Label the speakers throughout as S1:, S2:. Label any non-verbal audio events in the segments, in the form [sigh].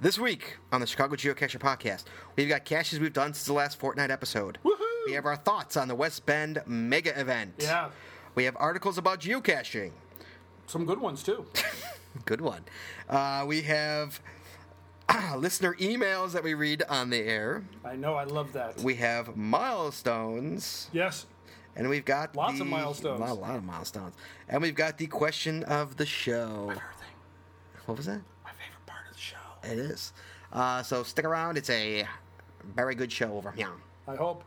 S1: This week on the Chicago Geocacher podcast, we've got caches we've done since the last Fortnite episode.
S2: Woohoo!
S1: We have our thoughts on the West Bend mega event.
S2: Yeah,
S1: We have articles about geocaching.
S2: some good ones too.
S1: Good one. Uh, we have [clears throat] listener emails that we read on the air.
S2: I know, I love that.
S1: We have milestones,
S2: yes,
S1: and we've got
S2: Lots of
S1: the-
S2: milestones.
S1: A lot, a lot of milestones, and we've got the question of the show. What was that?
S2: my favorite part of the show.
S1: It is. Uh, so stick around. It's a very good show over here.
S2: I hope.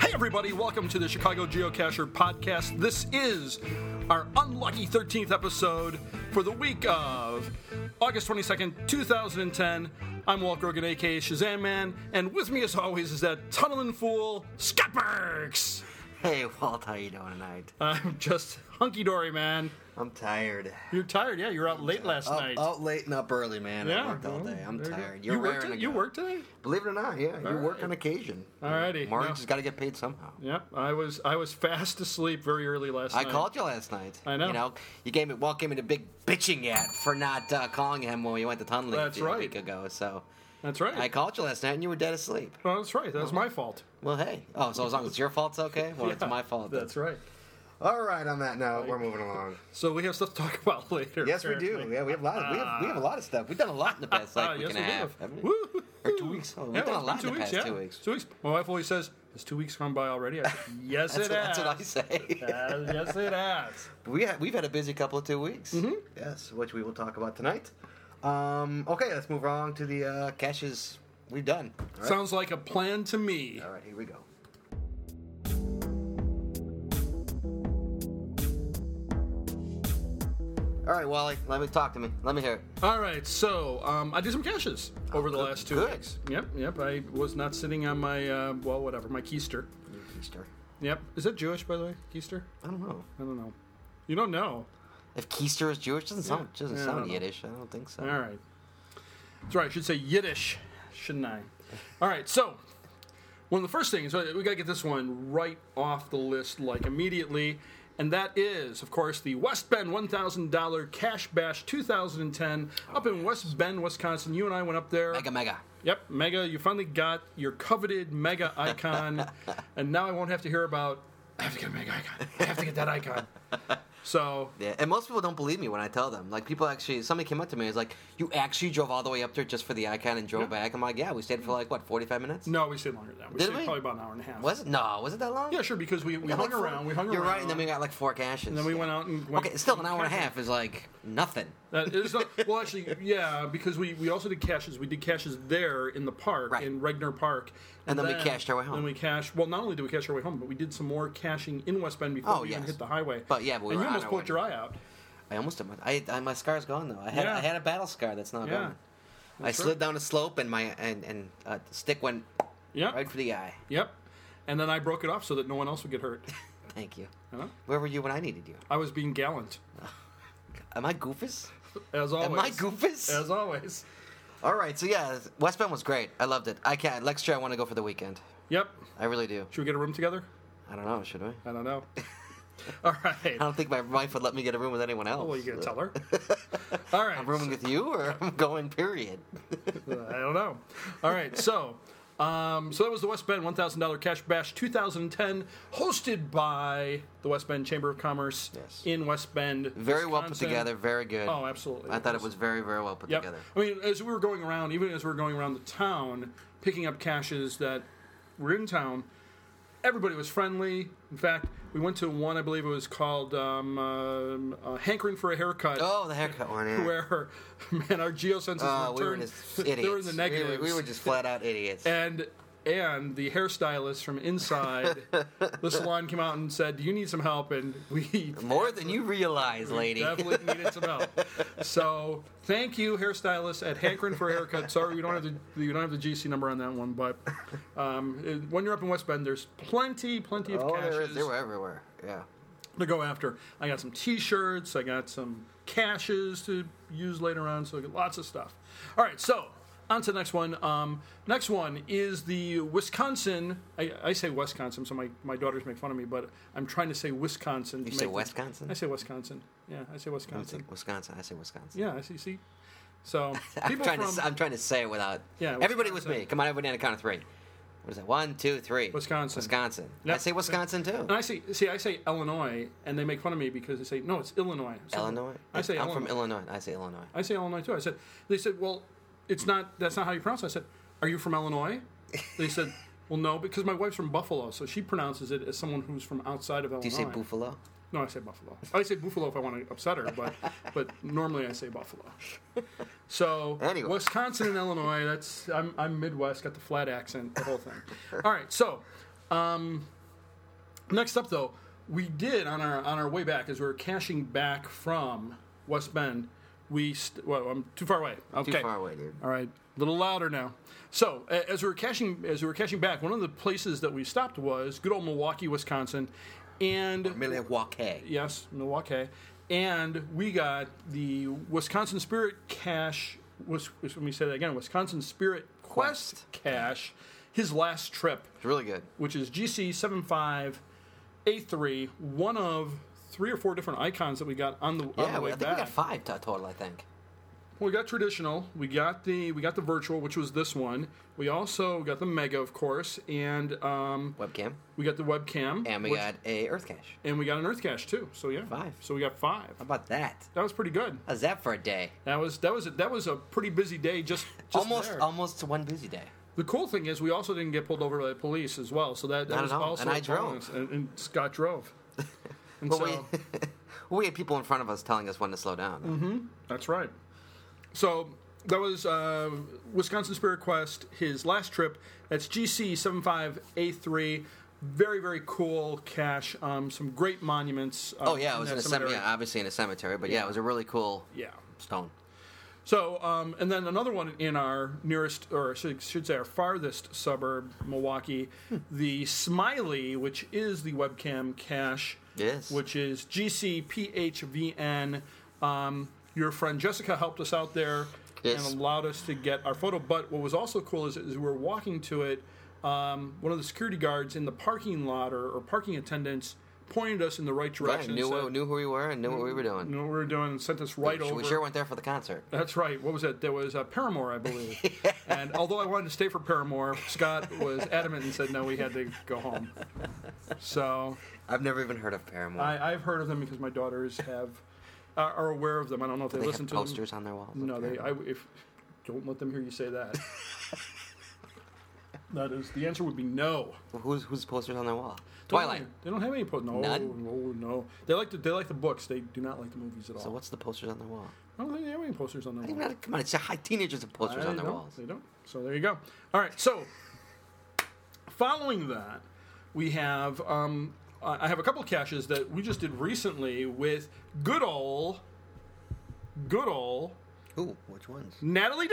S2: Hey, everybody, welcome to the Chicago Geocacher podcast. This is our unlucky 13th episode for the week of August 22nd, 2010. I'm Walt Grogan, aka Shazam Man, and with me, as always, is that tunneling fool, Scott Burks.
S1: Hey Walt, how you doing tonight?
S2: I'm just hunky dory, man.
S1: I'm tired.
S2: You're tired, yeah? You were out late last
S1: Up,
S2: night.
S1: out late and up early, man. I Oh, worked all
S2: well,
S1: day. I'm
S2: there you go.
S1: tired. You're
S2: You work,
S1: raring
S2: to-
S1: to
S2: you
S1: go.
S2: work today?
S1: Believe it or not, yeah, you work
S2: right.
S1: on occasion.
S2: Alrighty,
S1: Marge
S2: no.
S1: has got to get paid somehow.
S2: Yep, I was I was fast asleep very early last
S1: I
S2: night.
S1: called you last night.
S2: I know.
S1: You know, you gave me Walt gave me the big bitching at for not uh, calling him when we went to tunneling
S2: That's
S1: a few- a
S2: right.
S1: week ago. So
S2: That's right.
S1: I called you last night and you were dead asleep.
S2: Oh, that's right. That was my fault.
S1: Well, hey. Oh, so as long as it's your fault, it's okay. Well, it's
S2: Yeah,
S1: my fault.
S2: [laughs] That's right.
S1: All right. On that note, we're moving along.
S2: So we have stuff to talk [laughs] about later.
S1: Yes, we do.
S2: apparently.
S1: Yeah, we have a lot. Of, we, have, we have a lot of stuff. We've done a lot in the
S2: [laughs]
S1: past like
S2: Ah,
S1: week
S2: yes,
S1: and a
S2: we
S1: half,
S2: have.
S1: haven't we?
S2: Woo-hoo.
S1: Or two weeks. Oh, we've
S2: Yeah,
S1: done a
S2: it's been
S1: lot in
S2: two
S1: the
S2: weeks,
S1: past
S2: yeah.
S1: two weeks.
S2: Two weeks. My wife always says, "Has two weeks gone by already?" I say,
S1: [laughs]
S2: yes,
S1: That's
S2: it
S1: what, that's
S2: has.
S1: what I say.
S2: Yes, yes, it has.
S1: [laughs] we ha- we've had a busy couple of two weeks.
S2: Mm-hmm.
S1: Yes, which we will talk about tonight. Um, okay, let's move on to the uh, caches we've done. All right.
S2: Sounds like a plan to me.
S1: All right, here we go. All right, Wally, let me talk to me. Let me hear it.
S2: All right, so um, I did some caches over the
S1: Oh, good-
S2: last two
S1: good.
S2: weeks. Yep, yep. I was not sitting on my uh, well, whatever, my keister.
S1: Easter.
S2: Yep. Is that Jewish, by the way? Keister?
S1: I don't know.
S2: I don't know. You don't know.
S1: If Keister is Jewish, doesn't sound
S2: Yeah.
S1: doesn't
S2: Yeah, I don't
S1: sound
S2: know.
S1: Yiddish. I don't think so.
S2: All right. That's right. I should say Yiddish, shouldn't I? All right. So, one of the first things we got to get this one right off the list, like immediately, and that is, of course, the West Bend one thousand dollar Cash Bash 2010 up in West Bend, Wisconsin. You and I went up there.
S1: Mega, mega.
S2: Yep, Mega. You finally got your coveted Mega icon, and now I won't have to hear about. I have to get a Mega icon. I have to get that icon. So
S1: Yeah, and most people don't believe me when I tell them. Like people actually, somebody came up to me and was like, "You actually drove all the way up there just for the icon and drove back." I'm like, "Yeah, we stayed for like what, 45 minutes?
S2: no, we stayed longer than that. We
S1: Did
S2: stayed
S1: we?
S2: probably about an hour and a half.
S1: was it? No, was it that long?
S2: Yeah, sure. Because we, we
S1: Got,
S2: hung
S1: like, four-
S2: around. We hung
S1: You're
S2: around.
S1: right, and then we got like four caches.
S2: And then we went out and went.
S1: Okay, still an hour and a half is like nothing.
S2: That
S1: [laughs]
S2: is not, well, actually, yeah, because we, we also did caches. We did caches there in the park
S1: Right.
S2: in Regner Park,
S1: And then we cashed our way home.
S2: Then we cashed. Well, not only did we cash our way home, but we did some more caching in West Bend before
S1: Oh,
S2: we even
S1: yes.
S2: hit the highway.
S1: But, yeah, but we
S2: and
S1: were on
S2: you almost
S1: our
S2: poked
S1: way.
S2: your eye out.
S1: I almost, I, I my scar's gone though. I had,
S2: Yeah.
S1: I had a battle scar that's not
S2: Yeah.
S1: gone. I slid down a slope and my and and uh, the stick went
S2: Yep.
S1: right for the eye.
S2: Yep. And then I broke it off so that no one else would get hurt. [laughs]
S1: Thank you.
S2: Huh?
S1: Where were you when I needed you?
S2: I was being gallant,
S1: Am I goofus?
S2: as always.
S1: Am I goofus?
S2: Oh, As always.
S1: All right, so yeah, West Bend was great. I loved it. I can't. Next year, I want to go for the weekend.
S2: Yep.
S1: I really do.
S2: Should we get a room together?
S1: I don't know. Should we?
S2: I
S1: [laughs]
S2: don't know. All right.
S1: I don't think my wife would let me get a room with anyone else.
S2: Well, you gonna
S1: [laughs]
S2: tell her? All right.
S1: I'm rooming with you, or [laughs] I'm going. Period.
S2: I don't know. All right, so um, so that was the West Bend $1,000 Cash Bash 2010, hosted by the West Bend Chamber of Commerce
S1: Yes.
S2: in West Bend.
S1: Very well put
S2: Wisconsin.
S1: together. Very good.
S2: Oh, absolutely.
S1: I thought it was very, very well put
S2: Yep.
S1: together.
S2: I mean, as we were going around, even as we were going around the town, picking up caches that were in town, everybody was friendly. In fact, we went to one, I believe it was called um, um, uh, Hankering for a Haircut
S1: Oh, the haircut one. Yeah.
S2: [laughs] where man our geosenses
S1: Uh,
S2: were
S1: we were
S2: turned-
S1: just
S2: they [laughs]
S1: idiots.
S2: were in the
S1: We were-
S2: negatives
S1: We were, just flat out idiots.
S2: and and the hairstylist
S1: [laughs]
S2: from inside the salon came out and said, "Do you need some help?" And
S1: [laughs]
S2: we
S1: More than you realize, lady.
S2: definitely needed some help. So thank you, hairstylist at Hankrin for a haircut. Sorry, we don't have the we don't have the GC number on that one, but um, it- when you're up in West Bend, there's plenty, plenty of
S1: [laughs] Oh,
S2: caches
S1: there is. They were everywhere. Yeah.
S2: to go after. I got some T-shirts. I got some caches to use later on. So I got lots of stuff. All right, so on to the next one. Um, next one is the Wisconsin. I, I say Wisconsin, so my, my daughters make fun of me, but I'm trying to say Wisconsin.
S1: You
S2: to
S1: say
S2: make-
S1: Wisconsin?
S2: I say Wisconsin. Yeah, I say
S1: I say
S2: Wisconsin.
S1: Wisconsin. I say Wisconsin.
S2: Yeah, I see. See, so
S1: [laughs] I'm
S2: people
S1: trying
S2: from
S1: to. I'm trying to say it without.
S2: Yeah,
S1: Everybody with me.
S2: Wisconsin.
S1: Come on, everybody on the count of three. What is that? One, two, three.
S2: Wisconsin.
S1: Wisconsin.
S2: Yep.
S1: I say Wisconsin too.
S2: and I say see I say Illinois, and they make fun of me because they say no, it's Illinois. So
S1: Illinois.
S2: I say
S1: I'm
S2: Illinois.
S1: from Illinois. I say Illinois.
S2: I say Illinois too. I said, they said, well, it's not, that's not how you pronounce it. I said, are you from Illinois? They said, well, no, because my wife's from Buffalo, so she pronounces it as someone who's from outside of Illinois.
S1: Do you say Buffalo?
S2: No, I say Buffalo. I say Buffalo if I want to upset her,
S1: [laughs]
S2: but but normally I say Buffalo. So
S1: Anyway.
S2: Wisconsin and Illinois. That's I'm I'm Midwest. Got the flat accent. The
S1: [laughs]
S2: whole thing. All right. So um, next up though, we did on our on our way back as we were cashing back from West Bend. We st- well, I'm too far away. Okay.
S1: Too far away, dude.
S2: All right, a little louder now. So, a- as we were cashing, as we were cashing back, one of the places that we stopped was good old Milwaukee, Wisconsin, and
S1: Milwaukee.
S2: yes, Milwaukee, and we got the Wisconsin Spirit Cash. Was, was- let me say that again: Wisconsin Spirit Quest, Cash. His last trip,
S1: It's really good.
S2: which is GC seven five A three, one of three or four different icons that we got on the on
S1: Yeah,
S2: the
S1: we-
S2: way
S1: I think
S2: back.
S1: we got five to- total. I think.
S2: We got traditional. We got the we got the virtual, which was this one. We also got the mega, of course, and um,
S1: Webcam.
S2: we got the webcam.
S1: And we
S2: which-
S1: got a Earth cache.
S2: and we got an earth cache too. So yeah,
S1: Five.
S2: So we got five.
S1: How about that?
S2: That was pretty good.
S1: How's that for a day?
S2: That was that was a, that was a pretty busy day. Just, just
S1: almost,
S2: there.
S1: almost to one busy day.
S2: the cool thing is we also didn't get pulled over by the police as well. So that, that
S1: Not
S2: was
S1: at all.
S2: also
S1: And I
S2: a bonus.
S1: drove.
S2: and, and Scott
S1: [laughs]
S2: drove. And
S1: Well,
S2: so
S1: we, [laughs] we had people in front of us telling us when to slow down.
S2: Mm-hmm. That's right. So that was uh, Wisconsin Spirit Quest, his last trip. That's GC75A3. Very, very cool cache. Um, some great monuments. uh,
S1: Oh yeah, it was in a
S2: that
S1: cemetery.
S2: cemetery.
S1: Yeah, obviously in a cemetery, but yeah, it was a really cool
S2: Yeah.
S1: stone.
S2: So, um, and then another one in our nearest, or I should, should say our farthest suburb, Milwaukee, the Smiley, which is the webcam cache.
S1: Yes.
S2: Which is GCPHVN. Um, your friend Jessica helped us out there
S1: Yes.
S2: and allowed us to get our photo. But what was also cool is as we were walking to it, um, one of the security guards in the parking lot or, or parking attendants pointed us in the right
S1: Right,
S2: direction. and
S1: knew
S2: said,
S1: what, knew who we were and knew what we were
S2: you
S1: doing.
S2: know what we were doing and sent us right over. Uh,
S1: we sure went there for the concert.
S2: That's right. What was that? There was uh, Paramore,
S1: [laughs]
S2: I believe. and although I wanted to stay for Paramore, Scott was adamant and said no, we had to go home. So
S1: I've never even heard of Paramore.
S2: I, I've heard of them because my daughters have uh, are are aware of them. I don't know if they,
S1: they
S2: listen
S1: have
S2: to
S1: posters on their walls.
S2: them.
S1: of
S2: No, they.
S1: Paramore.
S2: I, if don't let them hear you say
S1: [laughs]
S2: that. that is the answer would be no.
S1: Well, who's who's posters on their wall?
S2: Don't
S1: Twilight.
S2: have- They don't have any po- no,
S1: None?
S2: no, no. They like the they like the books. They do not like the movies at all.
S1: So what's the posters on their wall?
S2: I don't think they have any posters on their wall.
S1: Come on, it's a high teenagers have posters
S2: I
S1: on their
S2: don't-
S1: walls.
S2: They don't. So there you go. All right. So following that, we have um, I I have a couple caches that we just did recently with good ol' good ol'
S1: Who? Which ones?
S2: Natalie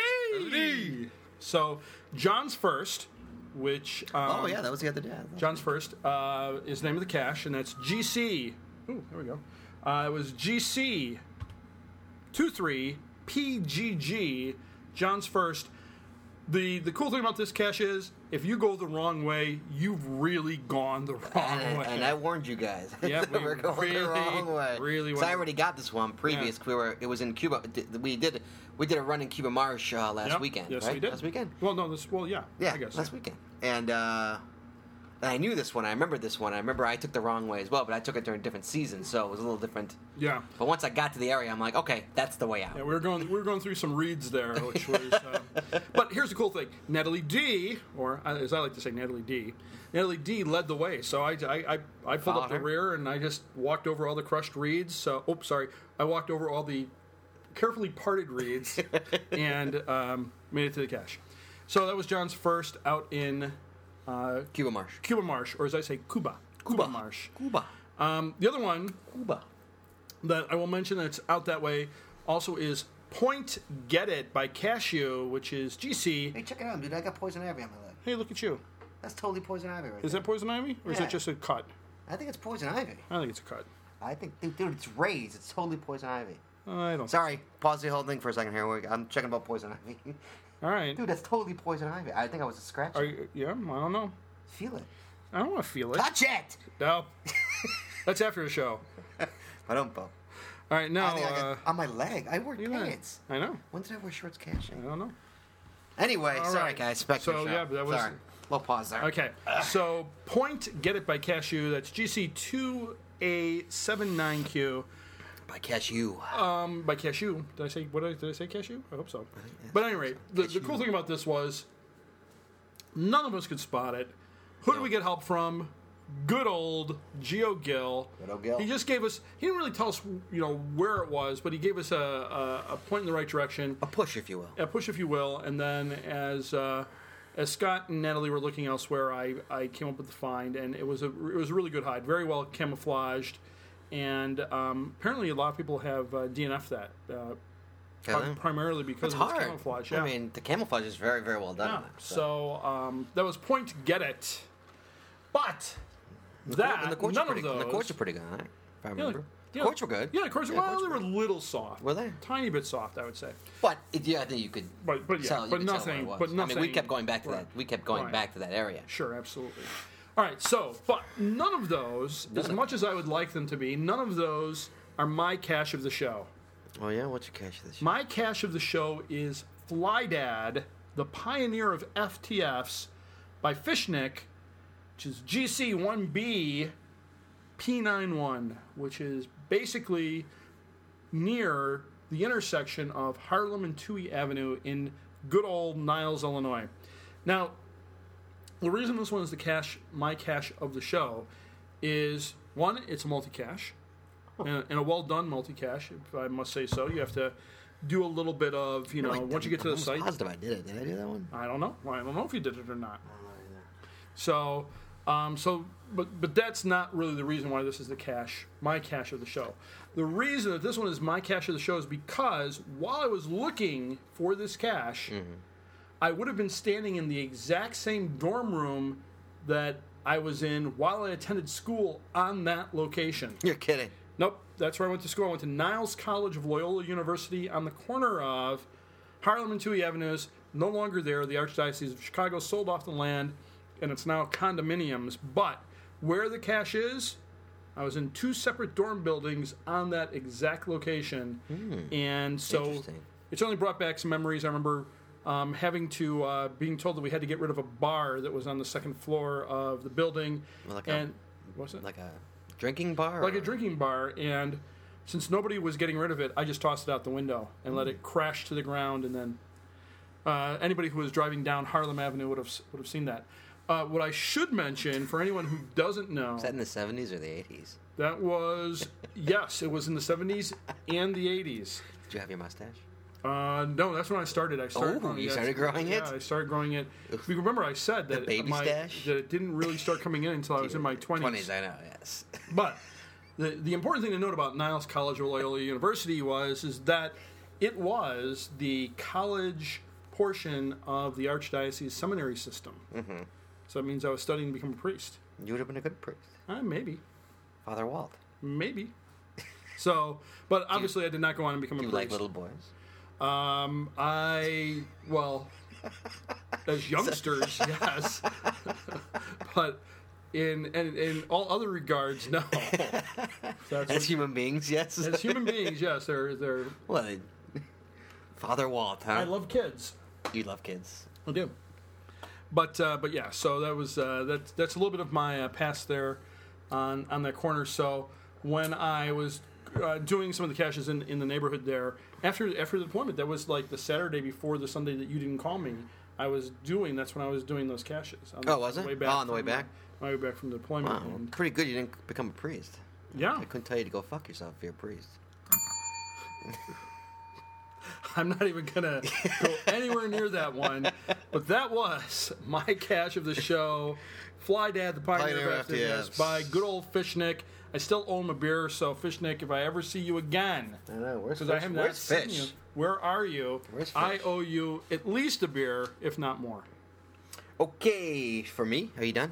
S2: D. So John's first, which um,
S1: Oh yeah, that was the other day.
S2: John's first uh, is the name of the cache, and that's GC. Ooh, there we go. Uh, it was GC 23 PGG. John's first. The the cool thing about this cache is if you go the wrong way, you've really gone the wrong
S1: And,
S2: way.
S1: and I warned you guys. [laughs]
S2: Yeah,
S1: that
S2: we
S1: we're going
S2: really,
S1: the wrong way.
S2: really
S1: so
S2: went-
S1: I already got this one previous.
S2: Yeah.
S1: We were. It was in Cuba. Di- We did. We did a run in Cuba Marsh uh, last
S2: Yep.
S1: weekend.
S2: Yes,
S1: right?
S2: we did.
S1: Last weekend.
S2: Well, no, this well, yeah,
S1: Yeah,
S2: I guess
S1: last weekend. And uh, and I knew this one. I remember this one. I remember I took the wrong way as well, but I took it during different seasons, so it was a little different.
S2: Yeah.
S1: But once I got to the area, I'm like, okay, that's the way out.
S2: Yeah, we were going we were going through some reads there, which was. Uh, but here's the cool thing: Natalie D, or uh, as I like to say, Natalie D, Natalie D led the way. So I I, I, I pulled up
S1: Followed
S2: the
S1: her.
S2: rear and I just walked over all the crushed reeds. So oh, sorry, I walked over all the carefully parted reeds and um, made it to the cache. So that was John's first out in uh,
S1: Cuba Marsh.
S2: Cuba Marsh, or as I say, Cuba. Cuba, Marsh.
S1: Cuba.
S2: Um, the other one
S1: Cuba.
S2: that I will mention that's out that way also is Point Get It by Cashew, which is GC.
S1: Hey, check it out, dude. I got poison ivy on my leg.
S2: Hey, look at you.
S1: That's totally poison ivy right
S2: Is that poison ivy? Or is
S1: Yeah.
S2: that just a cut?
S1: there. I think it's poison ivy.
S2: I think it's a cut.
S1: I think, dude, dude, it's rays. It's totally poison ivy.
S2: I don't.
S1: Sorry, pause the whole thing for a second here. We- I'm checking about poison ivy. [laughs]
S2: All right.
S1: Dude, that's totally poison ivy. I think I was a scratch.
S2: Are you, yeah, I don't know.
S1: Feel it.
S2: I don't want to feel it.
S1: Touch it!
S2: No.
S1: [laughs]
S2: That's after the show.
S1: I don't bump.
S2: All right,
S1: I
S2: now.
S1: think I
S2: Uh,
S1: got, on my leg. I wore
S2: look at that.
S1: pants.
S2: I know.
S1: When did I wear shorts cashing?
S2: I don't know.
S1: Anyway,
S2: All
S1: sorry
S2: right.
S1: guys, Spectre
S2: So,
S1: Show.
S2: yeah, but that was-
S1: Sorry. We'll pause there.
S2: Okay, so Point Get It by Cashew. That's GC2A79Q
S1: I catch you. uh,
S2: um, by Cashew. Did I say what did I, did I say? Cashew? I hope so. But at any rate, the, the cool thing about this was none of us could spot it. Who did we get help from? Good old Geo Gill.
S1: Good old Gil.
S2: He just gave us. He didn't really tell us, you know, where it was, but he gave us a, a, a point in the right direction.
S1: a push, if you will.
S2: a push, if you will, and then as uh, as Scott and Natalie were looking elsewhere, I, I came up with the find, and it was a it was a really good hide, very well camouflaged, and um, apparently a lot of people have uh, DNF that uh, pri-
S1: Okay.
S2: primarily because
S1: It's
S2: of its
S1: hard.
S2: camouflage. Yeah.
S1: I mean, the camouflage is very, very well
S2: Yeah.
S1: done.
S2: So um, that was point get it, but that
S1: and the courts
S2: none
S1: are pretty,
S2: of those.
S1: and the courts are pretty good, right? If I
S2: yeah,
S1: remember.
S2: yeah,
S1: courts were good.
S2: Yeah, the courts.
S1: Yeah,
S2: well,
S1: courts
S2: they
S1: were
S2: were a little soft.
S1: Were they?
S2: Tiny bit soft, I would say.
S1: But it, yeah, I think you could.
S2: But- but yeah,
S1: tell- you
S2: but
S1: could tell
S2: nothing-
S1: where it was.
S2: but
S1: I mean, we
S2: nothing-
S1: kept going back to
S2: right.
S1: that. We kept going
S2: Right.
S1: back to that area.
S2: Sure, absolutely. All right, so, but none of those, as
S1: of
S2: much as I would like them to be, none of those are my cash of the show.
S1: Oh yeah, what's your cash this?
S2: My cash of the show is Flydad, the pioneer of FTFs by Fishnick, which is GC1B P91, which is basically near the intersection of Harlem and Tui Avenue in good old Niles, Illinois. Now, the reason this one is the cache, my cache of the show, is one, it's a multi cache, and, and a well done multi cache, if I must say so. You have to do a little bit of, you know, Uh, once you get to the site.
S1: positive I did it. Did I do that one?
S2: I don't know. I don't know if you did it or not. So, um, so, but but that's not really the reason why this is the cash, my cash of the show. The reason that this one is my cash of the show is because while I was looking for this cash, I would have been standing in the exact same dorm room that I was in while I attended school on that location.
S1: You're kidding.
S2: Nope, that's where I went to school. I went to Niles College of Loyola University on the corner of Harlem and Tui Avenues. No longer there. The Archdiocese of Chicago sold off the land, and it's now condominiums. But where the cash is, I was in two separate dorm buildings on that exact location, and so
S1: Interesting.
S2: it's only brought back some memories. I remember um, having to uh, being told that we had to get rid of a bar that was on the second floor of the building,
S1: Like a-
S2: and what was it
S1: Like a drinking bar.
S2: like
S1: or-
S2: a drinking bar, and since nobody was getting rid of it, I just tossed it out the window and let
S1: Hmm.
S2: it crash to the ground. And then uh, anybody who was driving down Harlem Avenue would have s- would have seen that. Uh, what I should mention for anyone who doesn't know,
S1: Is that in the 70s or the 80s?
S2: that was yes, it was in the '70s and the '80s.
S1: Did you have your mustache?
S2: Uh, no, that's when I started. I started.
S1: Oh, you started growing it?
S2: Yeah, I started growing it. We remember I said that
S1: baby
S2: my,
S1: stash?
S2: that it didn't really start coming in
S1: [laughs]
S2: until I was in my
S1: 20s, I know. Yes. [laughs]
S2: But the, the important thing to note about Niles College of Loyola University was is that it was the college portion of the Archdiocese seminary system. Mm-hmm. So that means I was studying to become a priest.
S1: you would have been a good priest,
S2: Uh, maybe,
S1: Father Walt.
S2: maybe. So, but obviously, I did not go on and become a
S1: You like
S2: priest.
S1: little boys?
S2: Um, I well,
S1: [laughs]
S2: as youngsters, yes, [laughs] but in and in all other
S1: [laughs]
S2: regards, no. That's
S1: As human beings, yes.
S2: As human beings, yes, they're they're.
S1: well, they- [laughs] Father Walt, huh?
S2: I love kids.
S1: you love kids.
S2: I do. But uh, but yeah, so that was uh, that's that's a little bit of my uh, past there on on that corner. So when I was uh, doing some of the caches in, in the neighborhood there after after the deployment, that was like the Saturday before the Sunday that you didn't call me. I was doing that's when I was doing those caches. On
S1: Oh, was
S2: on the
S1: it? Oh, on the way
S2: from-
S1: back?
S2: My way back from the deployment.
S1: Wow,
S2: And-
S1: pretty good you didn't become a priest.
S2: yeah,
S1: I couldn't tell you to go fuck yourself if you're a priest.
S2: [laughs] I'm not even gonna go anywhere near that one. But that was my cash of the show. Fly Dad, the Pioneer,
S1: Pioneer
S2: of FDS,
S1: FDS.
S2: by good old Fishnick. I still owe him a beer, so Fishnick, if I ever see you again,
S1: I know. Where's
S2: because I have not
S1: where's
S2: seen
S1: fish?
S2: you, where are you?
S1: Where's
S2: I
S1: Fish?
S2: owe you at least a beer, if not more.
S1: Okay, for me, are you done?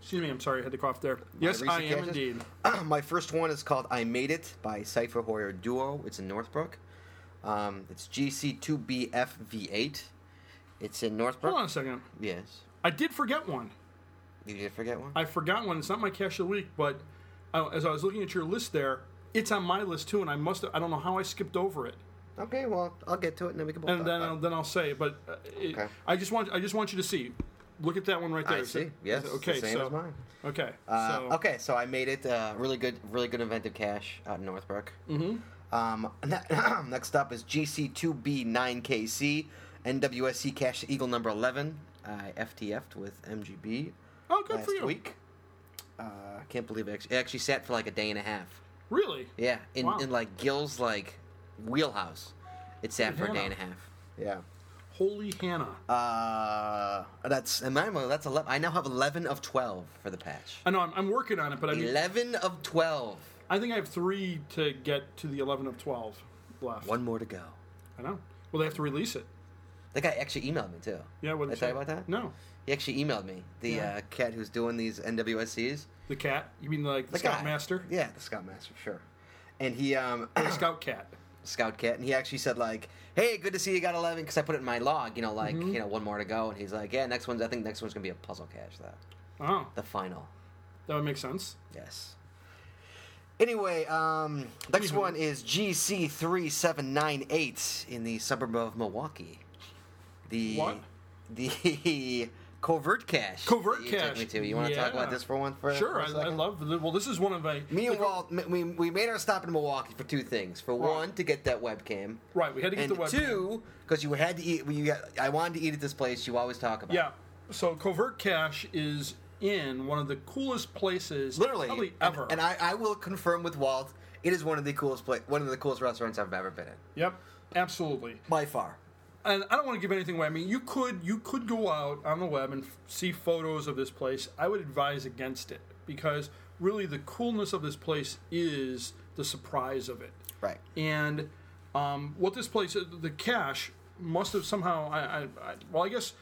S2: Excuse me, I'm sorry, I had to cough there. Yes,
S1: Reese
S2: I am
S1: Cashes?
S2: indeed.
S1: [clears throat] My first one is called I Made It by Cypher Hoyer Duo. It's in Northbrook. Um, it's GC2BFV8. It's in Northbrook.
S2: Hold on a second.
S1: Yes.
S2: I did forget one.
S1: You did forget one?
S2: I forgot one. It's not my cash of the week, but I, as I was looking at your list there, it's on my list too, and I must I don't know how I skipped over it.
S1: okay, well, I'll get to it and then we can both
S2: And
S1: talk
S2: then
S1: about
S2: I'll,
S1: it.
S2: then I'll say, it, but uh, it,
S1: Okay.
S2: I just want I just want you to see. Look at that one right there.
S1: I
S2: Is it-
S1: see. Yes.
S2: is it-
S1: Okay,
S2: Okay.
S1: the same
S2: so
S1: as mine.
S2: okay.
S1: Uh,
S2: so
S1: okay, so I made it. Uh, really good, really good inventive cash out in Northbrook. Mm-hmm. Um, [clears throat] next up is GC2B9KC NWSC cash Eagle number 11. I FTF'd with MGB
S2: Oh, good
S1: last
S2: for you.
S1: week. Uh, I can't believe it actually, it actually sat for like a day and a half.
S2: Really?
S1: Yeah, in,
S2: Wow.
S1: in like Gill's like wheelhouse, it sat for a day and a half. Yeah.
S2: Holy Hannah!
S1: Uh, that's and mine. was- That's eleven. I now have eleven of twelve for the patch.
S2: I know I'm, I'm working on it, but I mean,
S1: Eleven of twelve.
S2: I think I have three to get to the eleven of twelve left.
S1: One more to go.
S2: I know. Well, they have to release it.
S1: That guy actually emailed me too.
S2: Yeah. What
S1: Did I
S2: did
S1: tell you
S2: say?
S1: about that?
S2: No.
S1: He actually emailed me. The
S2: Yeah.
S1: uh, cat who's doing these NWSCs.
S2: The cat? You mean like the,
S1: The
S2: Scout
S1: guy.
S2: Master?
S1: Yeah, the Scout Master, sure. And he um [coughs]
S2: The Scout Cat.
S1: Scout Cat, and he actually said like, "Hey, good to see you got 11 because I put it in my log, you know, like
S2: Mm-hmm.
S1: you know, one more to go." And he's like, "Yeah, next one's I think next one's gonna be a puzzle cache, that
S2: Oh,
S1: the final."
S2: that would make sense.
S1: Yes. Anyway, um, next
S2: Anywho.
S1: one is GC3798 in the suburb of Milwaukee. The
S2: What?
S1: The [laughs] covert cache.
S2: Covert
S1: that you took
S2: cache.
S1: me to. You want to talk
S2: Yeah.
S1: about this for one for
S2: Sure,
S1: for a
S2: I, I
S1: second?
S2: love. The, well, this is one of a
S1: Me and Walt, m- we, we made our stop in Milwaukee for two things. For
S2: Right.
S1: one, to get that webcam.
S2: right. We had to get
S1: And
S2: the web.
S1: two, because you had to eat. You got, I wanted to eat at this place you always talk about.
S2: Yeah. So covert cache is in one of the coolest places,
S1: literally
S2: probably
S1: And-
S2: ever.
S1: And, I, I will confirm with Walt, it is one of the coolest pla- one of the coolest restaurants I've ever been in.
S2: yep, absolutely.
S1: By far.
S2: and I don't want to give anything away. I mean, you could you could go out on the web and f- see photos of this place. I would advise against it because really the coolness of this place is the surprise of it.
S1: Right.
S2: And um, what this place, the cache, must have somehow. I, I, I well, I guess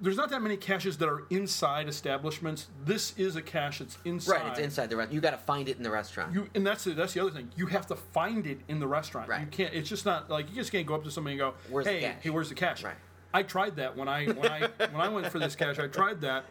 S2: there's not that many caches that are inside establishments. This is a cache that's inside.
S1: Right, it's inside the restaurant. You got to find it in the restaurant.
S2: You, and that's the, that's the other thing. You have to find it in the restaurant. You
S1: Right.
S2: can't. It's just not like you just can't go up to somebody and go,
S1: Where's the
S2: "Hey,
S1: cash?"
S2: hey, where's the cash?"
S1: Right.
S2: I tried that when I when I when I went for this cash. I tried that.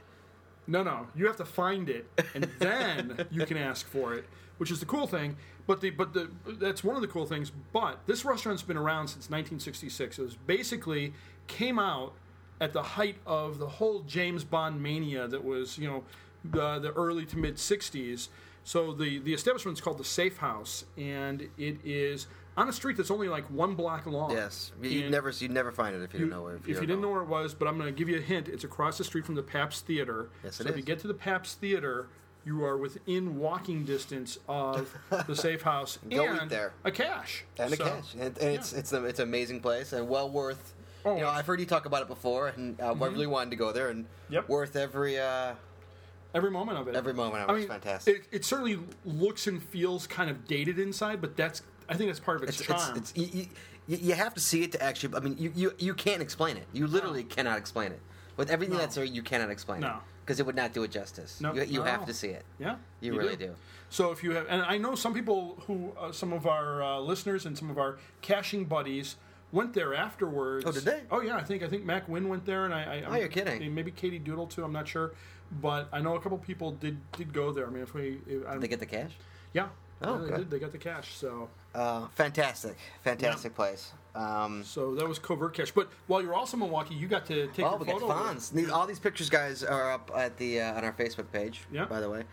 S2: No, no, you have to find it, and then you can ask for it, which is the cool thing. But the but the that's one of the cool things. But this restaurant's been around since 1966. It was basically came out at the height of the whole James Bond mania that was you know the the early to mid 60s. So the the establishment's called the Safe House, and it is on a street that's only like one block long.
S1: yes, you'd
S2: And-
S1: never you'd never find it if you didn't know where.
S2: if you didn't know where it was, but I'm going to give you a hint. It's across the street from the Paps Theater.
S1: Yes,
S2: so
S1: it
S2: if you
S1: is.
S2: get to the Paps Theater, you are within walking distance of
S1: [laughs]
S2: the safe house
S1: Go
S2: and
S1: eat there.
S2: a cache.
S1: and a
S2: So-
S1: cash, and, and it's it's a, it's an amazing place and well worth. you know,
S2: Oh, it's- Mm-hmm.
S1: I've heard you talk about it before, and uh, I really wanted to go there, and
S2: Yep.
S1: worth every uh,
S2: Every moment of it.
S1: every moment. Of
S2: I
S1: it.
S2: mean,
S1: it's fantastic.
S2: It, it certainly looks and feels kind of dated inside, but that's I think that's part of its,
S1: it's, it's,
S2: charm.
S1: it's you, you- you, you have to see it to actually. I mean, you, you you can't explain it. You literally cannot explain it. With everything
S2: No.
S1: that's there, you cannot explain it
S2: No.
S1: because it would not do it justice.
S2: No,
S1: you you
S2: not at
S1: have
S2: all.
S1: to see it.
S2: yeah,
S1: You, really do.
S2: So if you have, and I know some people who, uh, some of our uh, listeners and some of our caching buddies went there afterwards.
S1: Oh, did they?
S2: Oh yeah, I think I think Mac Wynn went there, and I. I
S1: Oh, you're kidding.
S2: Maybe Katie Doodle too. I'm not sure, but I know a couple people did did go there. I mean, if we, if, I,
S1: Did they get the cash?
S2: yeah,
S1: Oh,
S2: yeah, they
S1: okay.
S2: did. They got the cash. So
S1: Uh, fantastic, fantastic place. Um,
S2: so that was covert cash. But while you were also in Milwaukee, you got to take
S1: Oh,
S2: your
S1: we got
S2: photo.
S1: Fonz. These- All these pictures, guys, are up at the uh, on our Facebook page.
S2: Yeah.
S1: By the way,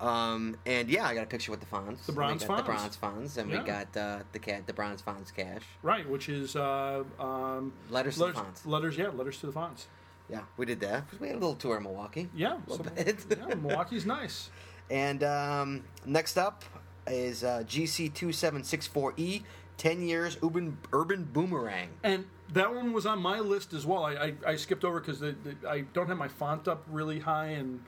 S1: um, and yeah, I got a picture with the Fonz. The
S2: bronze
S1: we got
S2: Fonz.
S1: The bronze Fonz, and
S2: Yeah.
S1: we got uh, the cat, the bronze Fonz cash.
S2: Right, which is uh, um,
S1: Letters to the
S2: letters,
S1: fonts.
S2: letters, yeah, letters to the fonts.
S1: Yeah, we did that. 'cause We had a little tour of Milwaukee.
S2: Yeah,
S1: a little [laughs]
S2: some-
S1: bit.
S2: yeah, Milwaukee's nice.
S1: And um, next up is uh, GC two seven six four E 10 years urban, urban boomerang.
S2: And that one was on my list as well. I, I, I skipped over because the, the, I don't have my font up really high, and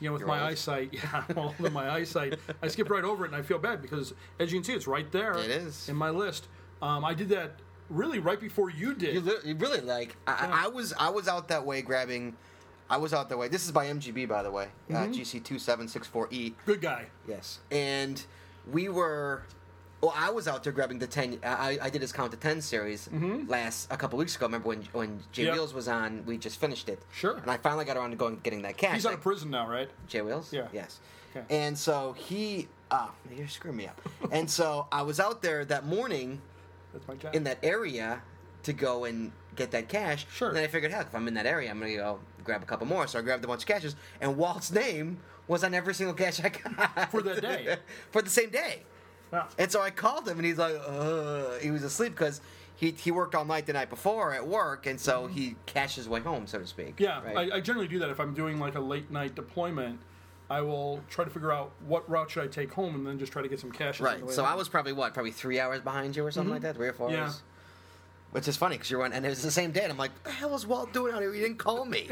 S2: you know, with
S1: You're
S2: my
S1: old.
S2: eyesight, [laughs] yeah, I'm old
S1: [laughs]
S2: in my eyesight. I skipped right over it, and I feel bad because, as you can see, it's right there.
S1: It is.
S2: in my list. Um, I did that really right before you did.
S1: You, li- you really like I, I I was I was out that way grabbing. I was out that way. This is by MGB by the way, uh, GC two seven six four E.
S2: Good guy.
S1: Yes, and we were. Well, I was out there grabbing the ten. I, I did his count to ten series last a couple weeks ago. Remember when when Jay
S2: Yep.
S1: Wheels was on? We just finished it.
S2: Sure.
S1: And I finally got around to going getting that cash.
S2: He's out
S1: Like,
S2: of prison now, right?
S1: Jay Wheels?
S2: Yeah.
S1: Yes.
S2: Okay.
S1: And so he, ah, you're screwing me
S2: [laughs]
S1: up. and so I was out there that morning
S2: That's my job.
S1: in that area to go and get that cash.
S2: Sure.
S1: And then I figured, heck, if I'm in that area, I'm gonna go grab a couple more. So I grabbed a bunch of cashes, and Walt's name was on every single cash I got
S2: For that day.
S1: [laughs] for the same day.
S2: Wow.
S1: And so I called him, and he's like, uh, he was asleep because he he worked all night the night before at work, and so he cashed his way home, so to speak.
S2: Mm-hmm. Yeah,
S1: Right?
S2: I, I generally do that if I'm doing like a late night deployment. I will try to figure out what route should I take home, and then just try to get some cash. on the
S1: Right,
S2: way
S1: so I
S2: home.
S1: was probably what, probably three hours behind you or something like that, three or four
S2: Yeah.
S1: hours. Which is funny because you're on, and it was the same day, and I'm like, what the hell was Walt doing out here? He didn't call
S2: [laughs]
S1: me.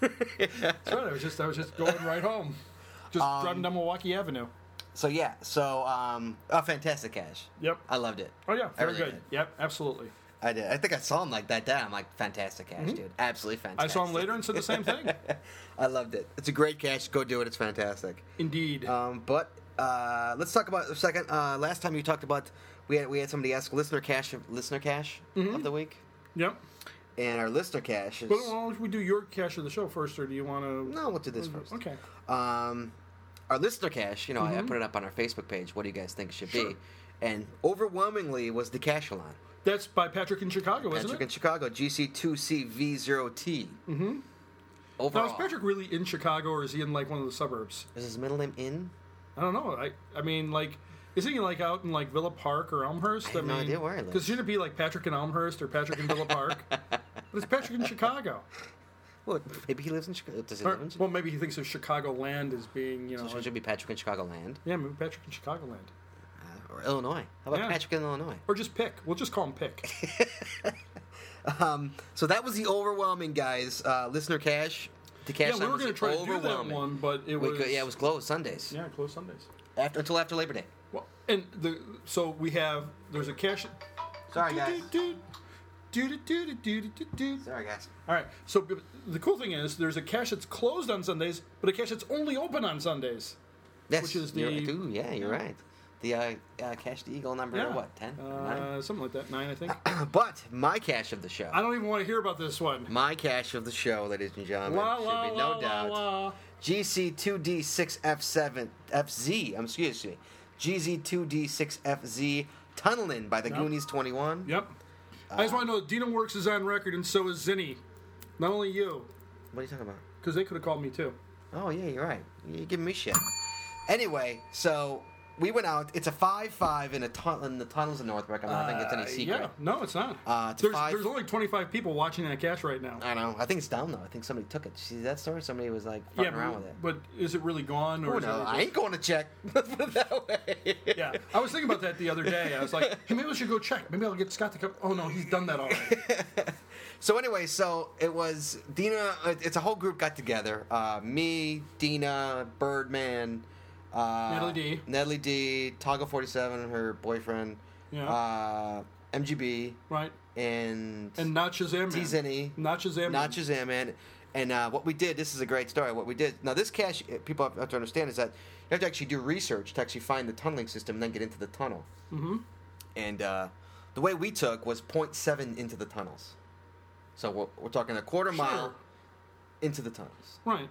S2: That's right. I was just I was just going right home, just
S1: Um,
S2: driving down Milwaukee Avenue.
S1: So yeah, so um, oh, fantastic cash.
S2: Yep.
S1: I loved it.
S2: Oh yeah,
S1: I
S2: very
S1: really
S2: good.
S1: did.
S2: Yep, absolutely.
S1: I did. I think I saw him like that day. I'm like, fantastic cash, dude. Absolutely
S2: Mm-hmm. I
S1: fantastic.
S2: saw him later and said the same
S1: [laughs]
S2: thing.
S1: I loved it. It's a great cash. Go do it. It's fantastic.
S2: Indeed.
S1: Um, but uh, let's talk about a second. Uh, last time you talked about we had we had somebody ask listener cash listener cash
S2: Mm-hmm.
S1: of the week,
S2: yep.
S1: and our listener cash is
S2: But why don't we do your cash of the show first, or do you want to?
S1: no. We'll do this first.
S2: Mm-hmm. Okay. Mm-hmm.
S1: um, our listener cash, you know, I, I put it up on our Facebook page. What do you guys think it should
S2: Sure.
S1: be? And overwhelmingly was the cash alon.
S2: That's by Patrick in Chicago, isn't
S1: Patrick
S2: it?
S1: in Chicago, GC2CV0T. Mm-hmm.
S2: now
S1: Overall.
S2: is Patrick really in Chicago, or is he in like one of the suburbs?
S1: Is his middle name in?
S2: I don't know. I I mean, like, is he like out in like Villa Park or Elmhurst? I,
S1: have no
S2: mean,
S1: idea where he lives.
S2: Because shouldn't it be like Patrick in Elmhurst or Patrick in Villa
S1: [laughs]
S2: Park? but it's Patrick in Chicago.
S1: Well, maybe he lives in Chicago. Does he
S2: Or-
S1: live in Chicago?
S2: well, maybe he thinks of Chicago land as being you know.
S1: So
S2: like-
S1: should it be Patrick in Chicagoland
S2: yeah, maybe Patrick in Chicago land,
S1: uh, or Illinois? How about
S2: Yeah.
S1: Patrick in Illinois?
S2: or just Pick. We'll just call
S1: [laughs]
S2: him Pick.
S1: Um, so that was the overwhelming guys. Uh, listener cash. The cash
S2: yeah, we
S1: line
S2: were
S1: was
S2: going to try to do that
S1: overwhelming.
S2: one, but it
S1: We
S2: was
S1: could- yeah, it was closed Sundays
S2: yeah closed Sundays.
S1: after until after Labor Day.
S2: Well, and the so we have there's a cash.
S1: Sorry, guys.
S2: Do do do do do do do.
S1: Sorry, guys.
S2: All right. So b- the cool thing is, there's a cache that's closed on Sundays, but a cache that's only open on Sundays.
S1: Yes,
S2: Which is
S1: you're
S2: the-
S1: right. Ooh, yeah, you're right. The uh, uh, cash the eagle number
S2: Yeah.
S1: what ten? or nine?
S2: Uh, something like that. Nine, I think. [coughs] [clears throat]
S1: But my cash of the show.
S2: I don't even want to hear about this one.
S1: My cash of the show, ladies and gentlemen,
S2: La
S1: should
S2: la
S1: be
S2: la
S1: no
S2: la
S1: doubt.
S2: la.
S1: GC2D6F7 FZ. I'm excuse me. GZ2D6FZ Tunneling by the Goonies 21.
S2: Yep. I just want to know that Dino Works is on record, and so is Zinni. Not only you,
S1: What are you talking about?
S2: because they could have called me too.
S1: Oh yeah, you're right. You're giving me shit. Anyway, so we went out. It's a five-five in a tun- in the tunnels of Northbrook. I don't think it's any secret.
S2: Uh, Yeah. No, it's not.
S1: Uh, it's a
S2: there's,
S1: five-
S2: there's only 25 people watching that cache right now.
S1: I don't know. I think it's down though. I think somebody took it. See that story? Somebody was like fucking
S2: yeah,
S1: around
S2: but,
S1: with it.
S2: but is it really gone or
S1: Oh
S2: is
S1: no,
S2: it
S1: I ain't going to check. [laughs] Let's put it that way.
S2: Yeah, I was thinking about that the other day. I was like, hey, maybe I should go check. Maybe I'll get Scott to come. Oh no, he's done that already.
S1: [laughs] So anyway, so it was Dina. It's a whole group got together. Uh, me, Dina, Birdman, uh,
S2: Natalie D.
S1: Natalie D, Toggle Forty Seven, her boyfriend,
S2: Yeah.
S1: uh, MGB,
S2: Right.
S1: and
S2: And not Shazam.
S1: T Zinni,
S2: Not Shazam.
S1: not Shazam, man. And uh, what we did, this is a great story. What we did now, this cache uh, people have- have to understand is that you have to actually do research to actually find the tunneling system, and then get into the tunnel. Mm-hmm. And uh, the way we took was 0.7 into the tunnels, so we're, we're talking a quarter mile
S2: Sure.
S1: into the tunnels,
S2: Right.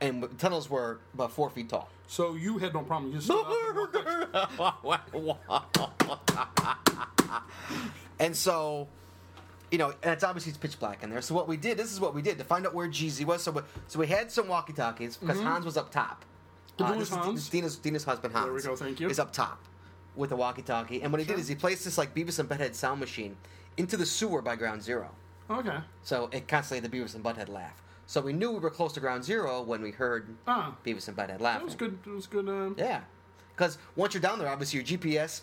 S1: and the tunnels were about four feet tall.
S2: So you had no problem. You just stood up and walked back.
S1: [laughs] and so, you know, and it's obviously it's pitch black in there. So what we did, this is what we did to find out where Jeezy was. So we, so we had some walkie talkies because Hans was up top.
S2: Mm-hmm.
S1: Uh,
S2: Who was
S1: this is-
S2: Hans?
S1: this is Dina's, Dina's husband Hans.
S2: we go, thank you.
S1: Is up top with a walkie talkie, and what he did is he placed this like Beavis and Butthead sound machine into the sewer by Ground Zero.
S2: Okay.
S1: So it constantly had the Beavis and Butthead laugh. So we knew we were close to Ground Zero when we heard
S2: Ah.
S1: Beavis and Butthead laughing.
S2: That was good. That was good. Uh,
S1: Yeah, because once you're down there, obviously your GPS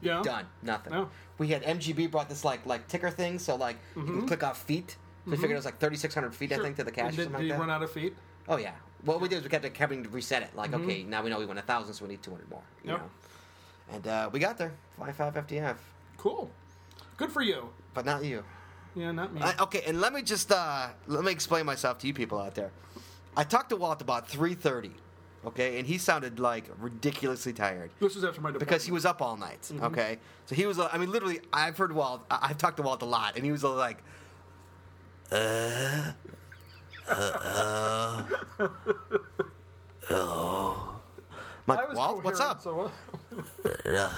S2: Yeah.
S1: Done. Nothing.
S2: No.
S1: We had MGB brought this like like ticker thing, so like you can click off feet. So we figured it was like 3,600 feet, I think, to the cache.
S2: Mm-hmm.
S1: or
S2: And Did,
S1: something like
S2: did he
S1: that.
S2: run out of feet?
S1: Oh yeah. What we did is we kept having to reset it. Like, okay, now we know we want a thousand, so we need two hundred more. You
S2: Yep.
S1: know. And uh, we got there, five five FDF,
S2: Cool. Good for you.
S1: but not you.
S2: Yeah, not me.
S1: I, okay, and let me just uh, let me explain myself to you people out there. I talked to Walt about three thirty, okay, and he sounded like ridiculously tired
S2: this was after my deployment.
S1: because he was up all night.
S2: Mm-hmm.
S1: Okay, so he was. uh, I mean, literally, I've heard Walt. I- I've talked to Walt a lot, and he was like,
S2: [laughs]
S1: uh, uh, uh, uh, oh. I'm
S2: I
S1: like,
S2: was
S1: Walt, what's
S2: coherent,
S1: up?
S2: So, uh,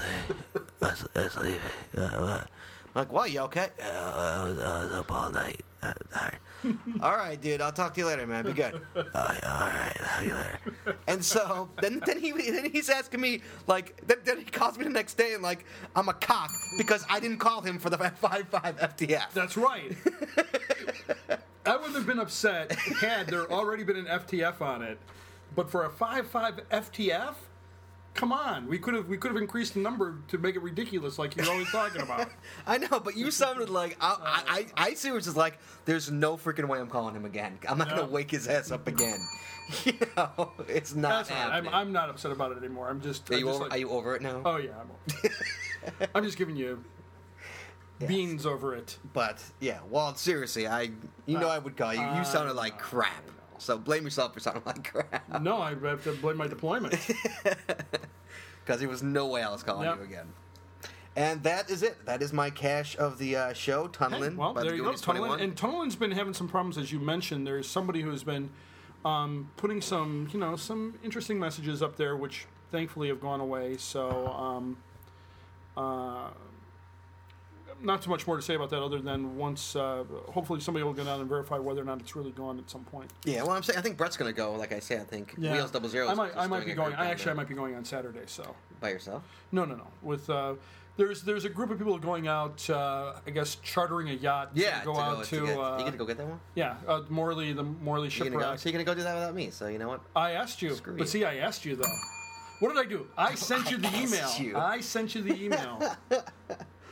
S3: Let's, let's leave it. Uh, uh,
S1: I'm like, what? You okay? Uh,
S3: I, was, I was up all night. Uh, tired.
S2: [laughs]
S1: All right, dude. I'll talk to you later, man. Be good.
S3: Oh, yeah, all right. I'll be there.
S1: And so then, then he then he's asking me like then, then he calls me the next day and like I'm a cock because I didn't call him for the [laughs] five five FTF. [laughs]
S2: that's right. I would have been upset had there already been an FTF on it, but for a five-five FTF, come on, we could have we could have increased the number to make it ridiculous, like you're always
S1: [laughs]
S2: talking about.
S1: I know, but you sounded like I I, I, I see was just like there's no freaking way I'm calling him again. I'm not
S2: No.
S1: gonna wake his ass up again. [laughs] you know, it's not
S2: That's all right. I'm,
S1: happening.
S2: I'm not upset about it anymore. I'm just.
S1: are
S2: I'm
S1: you
S2: just
S1: over,
S2: like-
S1: are you over it now?
S2: Oh yeah, I'm. over- I'm just giving you
S1: [laughs] Yes.
S2: beans over it.
S1: But yeah, Walt, seriously, I you know I would call you.
S2: uh,
S1: You sounded like crap. So blame yourself for sounding [laughs] like crap
S2: No, I have to blame my deployment.
S1: because there was no way I was calling
S2: Yep.
S1: you again. And that is it. That is my cash of the uh, show, Tunlin.
S2: well,
S1: by
S2: there
S1: the
S2: you go.
S1: Goonies 21.
S2: Tunneling, and Tunnelin's been having some problems, as you mentioned. There's somebody who's been um, putting some, you know, some interesting messages up there, which thankfully have gone away. So, um, uh, not too much more to say about that, other than once, uh, hopefully, somebody will go down and verify whether or not it's really gone at some point.
S1: yeah, well, I'm saying I think Brett's gonna go. Like I said, I think Wheels Double Zero.
S2: I
S1: is
S2: might,
S1: just
S2: I might
S1: doing
S2: be
S1: a
S2: going.
S1: group
S2: I
S1: thing
S2: actually, I
S1: there.
S2: might be going on Saturday. So.
S1: by yourself.
S2: No, no, no. With uh, there's there's a group of people going out. Uh, I guess chartering a yacht. to
S1: Yeah,
S2: go out to.
S1: get,
S2: uh,
S1: you gonna go get that one.
S2: Yeah, uh, Morley, the Morley
S1: You gonna go?
S2: shipwreck.
S1: So you're gonna go do that without me? So you know what?
S2: I asked you,
S1: Screw
S2: but
S1: you.
S2: see, I asked you though. What did I do?
S1: [laughs]
S2: I sent you the
S1: asked
S2: email.
S1: you.
S2: I sent you the
S1: [laughs]
S2: email.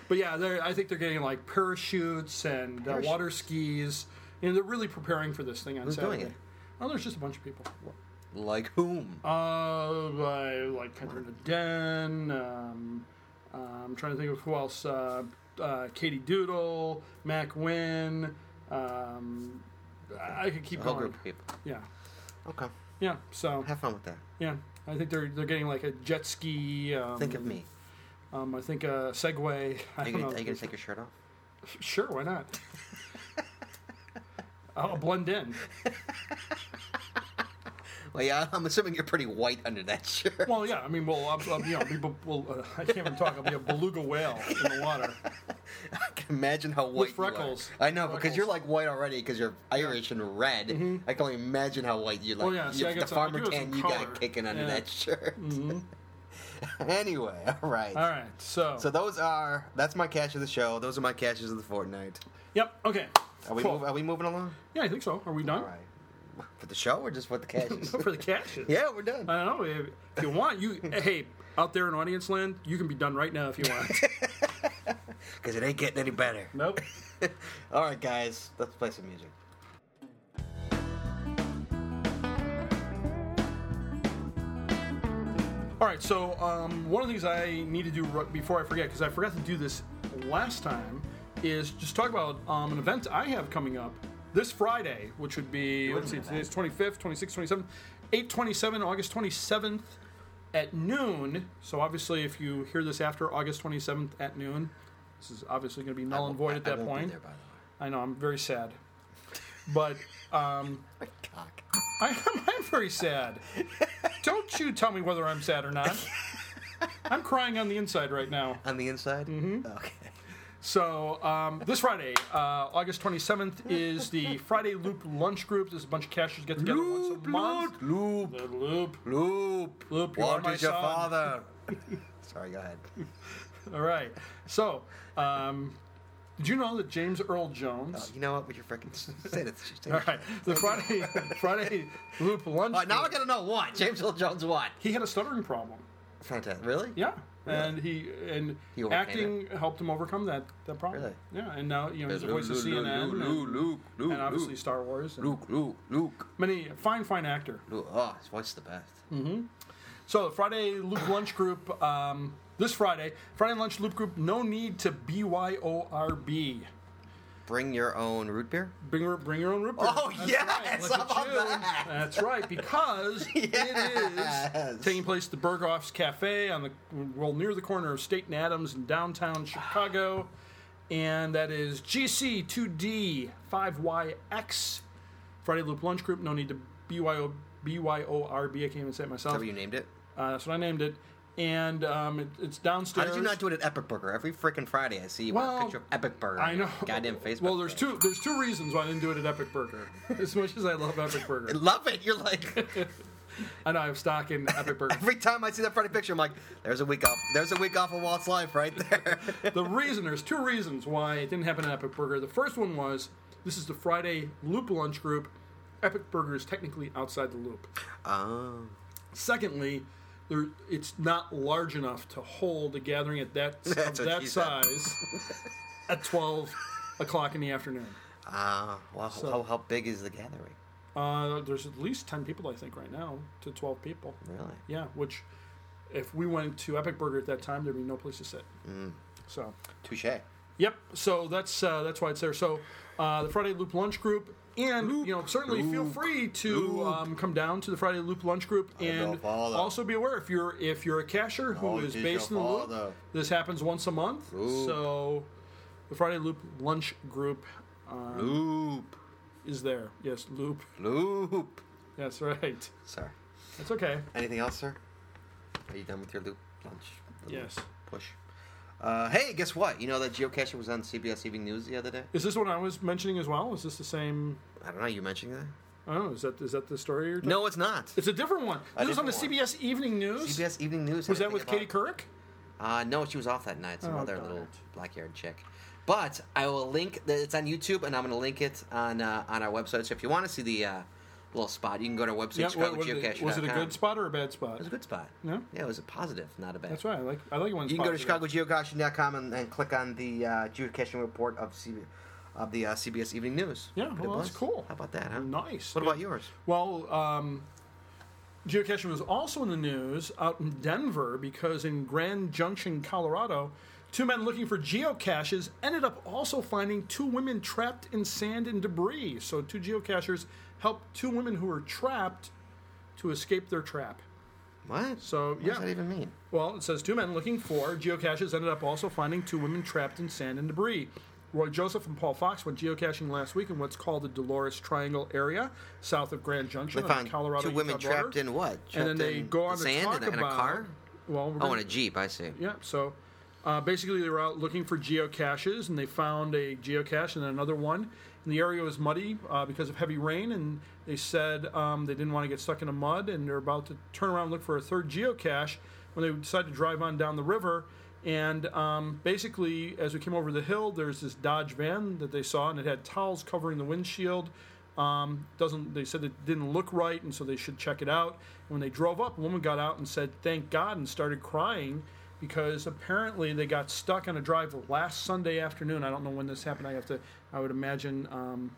S2: but yeah, they're, I think they're getting like parachutes and uh, water skis. You know, they're really preparing for this thing on
S1: Who's doing
S2: Saturday.
S1: it?
S2: Oh, there's just a bunch of people.
S1: Like whom?
S2: Uh, by, like Katrina Den. Um, uh, I'm trying to think of who else. Uh, uh, Katie Doodle, Mac Wynn. Um, I I could keep
S1: A whole
S2: going.
S1: group of people.
S2: Yeah,
S1: Okay,
S2: yeah. So
S1: have fun with that.
S2: yeah, I think they're they're getting like a jet ski. Um,
S1: Think of me.
S2: Um, I think a Segway. [laughs] I
S1: Are you
S2: don't
S1: gonna,
S2: know.
S1: are you gonna take your shirt off?
S2: Sure, why not? [laughs] I'll blend in.
S1: Well, yeah, I'm assuming you're pretty white under that shirt.
S2: Well, yeah. I mean, well, I'll, I'll, you know, be, be- well, uh, I can't even talk. I'll be a beluga whale in the water.
S1: [laughs] I can imagine how white you are.
S2: freckles. Mm-hmm.
S1: I know because you're like white already because you're Irish and red. I can only imagine how white you like.
S2: Well, yeah, see,
S1: you-
S2: I got
S1: the
S2: some- I
S1: farmer
S2: do have
S1: tan
S2: some
S1: you
S2: color.
S1: got kicking under
S2: Yeah. Mm-hmm.
S1: that shirt. [laughs] anyway, all right.
S2: All right. So.
S1: So those are that's my cash of the show. Those are my caches of the Fortnite.
S2: yep. Okay.
S1: Are we
S2: Cool.
S1: move, are we moving along?
S2: Yeah, I think so. Are we done?
S1: All
S2: [laughs]
S1: right. For the show or just for the caches?
S2: For Uh, the caches.
S1: [laughs] yeah, we're done.
S2: I don't know. If, if you want, you hey out there in audience land, you can be done right now if you
S1: [laughs]
S2: want.
S1: Because it ain't getting any better.
S2: nope.
S1: All right, guys, let's play some music.
S2: All right, so um, one of the things I need to do right before I forget, because I forgot to do this last time, is just talk about um, an event I have coming up this Friday, which would be let's see, today's 25th, 26th, 27th, 8:27, August 27th at noon. So obviously, if you hear this after August 27th at noon, this is obviously going to be null and void at
S1: I
S2: that
S1: won't be
S2: point.
S1: there, by the
S2: I know I'm very sad, but um,
S1: way. Cock.
S2: I, [laughs] I'm very sad. Don't you tell me whether I'm sad or not. I'm crying on the inside right now.
S1: On the inside? Mm-hmm. Okay.
S2: So um, this Friday, uh, August 27th, is the Friday Loop Lunch Group. There's a bunch of cashers get together once a month.
S1: loop,
S2: The Loop.
S1: loop,
S2: Loop, you are
S1: What
S2: my
S1: is your
S2: son.
S1: father? [laughs] Sorry, go ahead.
S2: All right. So um, did you know that James Earl
S1: Oh,
S2: Jones?
S1: you know what? Would you freaking say it?
S2: [laughs]
S1: Say it.
S2: All right. The Friday Friday Loop Lunch.
S1: All right, now I
S2: Group,
S1: gotta know what James Earl Jones what.
S2: he had a stuttering problem.
S1: Fantastic. Really?
S2: Yeah, and he and
S1: He overcame
S2: acting helped him overcome that that problem.
S1: Really?
S2: Yeah, and now you know he's the voice of
S1: Luke, Luke,
S2: CNN
S1: Luke,
S2: and,
S1: Luke, Luke,
S2: and obviously
S1: Luke,
S2: Star Wars. And
S1: Luke, Luke, Luke,
S2: Many fine, fine actor.
S1: Luke. Oh, his voice is the best.
S2: Hmm. So the Friday Loop Lunch Group um, this Friday, Friday Lunch Loop Group. No need to BYORB.
S1: Bring your own root beer.
S2: Bring your, bring your own root beer.
S1: Oh, yes!
S2: Look
S1: How
S2: at
S1: about that?
S2: That's
S1: [laughs]
S2: right, because it
S1: Yes!
S2: is taking place at the Berghoff's Cafe on the well near the corner of State and Adams in downtown Chicago, and that is GC2D5YX Friday Loop Lunch Group. No need to BYO BYORB. I can't even say it myself.
S1: However you named it.
S2: Uh, that's what I named it, and um, it, it's
S1: How
S2: downstairs.
S1: did you not do it at Epic Burger? Every freaking Friday I see you
S2: Well,
S1: want a picture of Epic Burger.
S2: I
S1: on your
S2: know.
S1: Goddamn Facebook.
S2: Well, there's
S1: page.
S2: two. There's two reasons why I didn't do it at Epic Burger.
S1: [laughs]
S2: As much as I love Epic Burger,
S1: I love it. You're like
S2: I know I have stock in
S1: [laughs]
S2: Epic Burger.
S1: every time I see that Friday picture, I'm like, there's a week off. There's a week off of Walt's life right there. [laughs]
S2: the reason there's two reasons why it didn't happen at Epic Burger. The first one was this is the Friday Loop Lunch Group. Epic Burger is technically outside the loop.
S1: oh,
S2: Secondly, there, it's not large enough to hold a gathering at that
S1: [laughs]
S2: of
S1: That's what
S2: that
S1: she said.
S2: size
S1: [laughs]
S2: at 12 o'clock in the afternoon.
S1: ah, wow. how, how big is the gathering?
S2: Uh, there's at least 10 people, I think, right now to 12 people.
S1: Really?
S2: Yeah, which if we went to Epic Burger at that time, there'd be no place to sit.
S1: Mm.
S2: So.
S1: Touche.
S2: Yep. So that's uh, that's why it's there. So uh, the Friday Loop Lunch Group, and you know certainly feel free to um, come down to the Friday Loop Lunch Group,
S1: will
S2: and
S1: follow.
S2: also be aware if you're if you're a cashier who
S1: Notice
S2: is based in the
S1: your
S2: loop,
S1: father.
S2: this happens once a month.
S1: Loop.
S2: So the Friday Loop Lunch Group uh,
S1: Loop,
S2: is there. Yes, Loop. [laughs]
S1: loop.
S2: That's right.
S1: Sorry.
S2: That's okay.
S1: Anything else, sir? Are you done with your loop lunch? The
S2: Yes.
S1: loop Push. Uh, hey, guess what? You know that geocaching was on CBS Evening News the other day.
S2: Is this what I was mentioning as well? Is this the same?
S1: I don't know. You mentioning that?
S2: I don't know. Is that is that the story? You're
S1: No, it's not.
S2: It's a different one.
S1: A
S2: This was on the
S1: different
S2: CBS Evening News.
S1: CBS Evening News.
S2: was
S1: had a
S2: that
S1: thing
S2: with
S1: about-
S2: Katie Couric?
S1: Uh, no, she was off that night. Some
S2: Oh,
S1: other
S2: darn
S1: little
S2: it.
S1: black-haired chick. But I will link. It's on YouTube, and I'm going to link it on uh, on our website. So if you want to see the uh, little spot, you can go to our website.
S2: Yeah, what-
S1: Chicago
S2: what did it- was it a good spot or a bad
S1: It
S2: spot?
S1: was a good spot.
S2: No?
S1: Yeah, it was a positive, not a bad.
S2: That's right. I like I like it when it's
S1: You can go to
S2: positive.
S1: chicagogeocaching.com and, and click on the uh, geocaching report of C- of the uh, CBS Evening News.
S2: Yeah,
S1: Pretty
S2: well, that's
S1: blessed.
S2: cool.
S1: How about that, huh?
S2: Nice.
S1: What about yours?
S2: Well, um, geocaching was also in the news out in Denver because in Grand Junction, Colorado, two men looking for geocaches ended up also finding two women trapped in sand and debris. So two geocachers helped two women who were trapped to escape their trap.
S1: What?
S2: So
S1: what
S2: yeah,
S1: does that even mean?
S2: Well, it says two men looking for geocaches ended up also finding two women trapped in sand and debris. Roy Joseph and Paul Fox went geocaching last week in what's called the Dolores Triangle area, south of Grand Junction,
S1: They
S2: on
S1: found
S2: the Colorado.
S1: two women
S2: Utah border.
S1: trapped in what?
S2: and then
S1: Trapped
S2: they
S1: in
S2: go on
S1: the
S2: to
S1: sand
S2: talk
S1: in, a, in a
S2: about.
S1: car.
S2: Well, we're
S1: Oh,
S2: gonna-
S1: in a jeep. I see.
S2: yeah. So uh, basically, they were out looking for geocaches, and they found a geocache and then another one. And the area was muddy uh, because of heavy rain, and they said um, they didn't want to get stuck in the mud, and they're about to turn around and look for a third geocache when they decided to drive on down the river. And um, basically, as we came over the hill, there's this Dodge van that they saw, and it had towels covering the windshield. Um, doesn't they said it didn't look right, and so they should check it out. When they drove up, a woman got out and said, "Thank God," and started crying because apparently they got stuck on a drive last Sunday afternoon. I don't know when this happened. I have to. I would imagine um,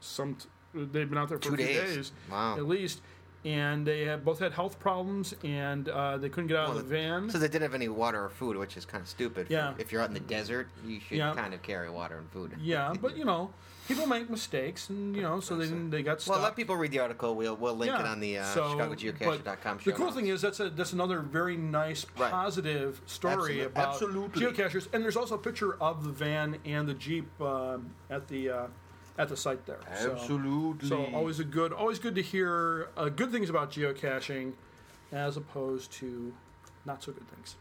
S2: some. T- they've been out there for
S1: Two
S2: a few
S1: days.
S2: days,
S1: Wow.
S2: at least, and they have both had health problems, and uh, they couldn't get out
S1: Well,
S2: of the van.
S1: Oh, [laughs] So they didn't have any water or food, which is kind of stupid.
S2: Yeah.
S1: If you're out in the desert, you should
S2: Yeah.
S1: kind of carry water and food.
S2: yeah, but you know, people make mistakes, and you know, so they didn't- they got stuck.
S1: Well, let people read the article. We'll we'll link it on the uh,
S2: so-
S1: ChicagoGeocacher.com.
S2: but
S1: show
S2: The cool
S1: notes.
S2: thing is that's a, that's another very nice
S1: Right.
S2: positive story
S1: Absolute-
S2: about
S1: absolutely.
S2: geocachers, and there's also a picture of the van and the jeep um, at the uh, at the site there. So-
S1: absolutely.
S2: So, oh, always a good always good to hear uh, good things about geocaching, as opposed to not so good things.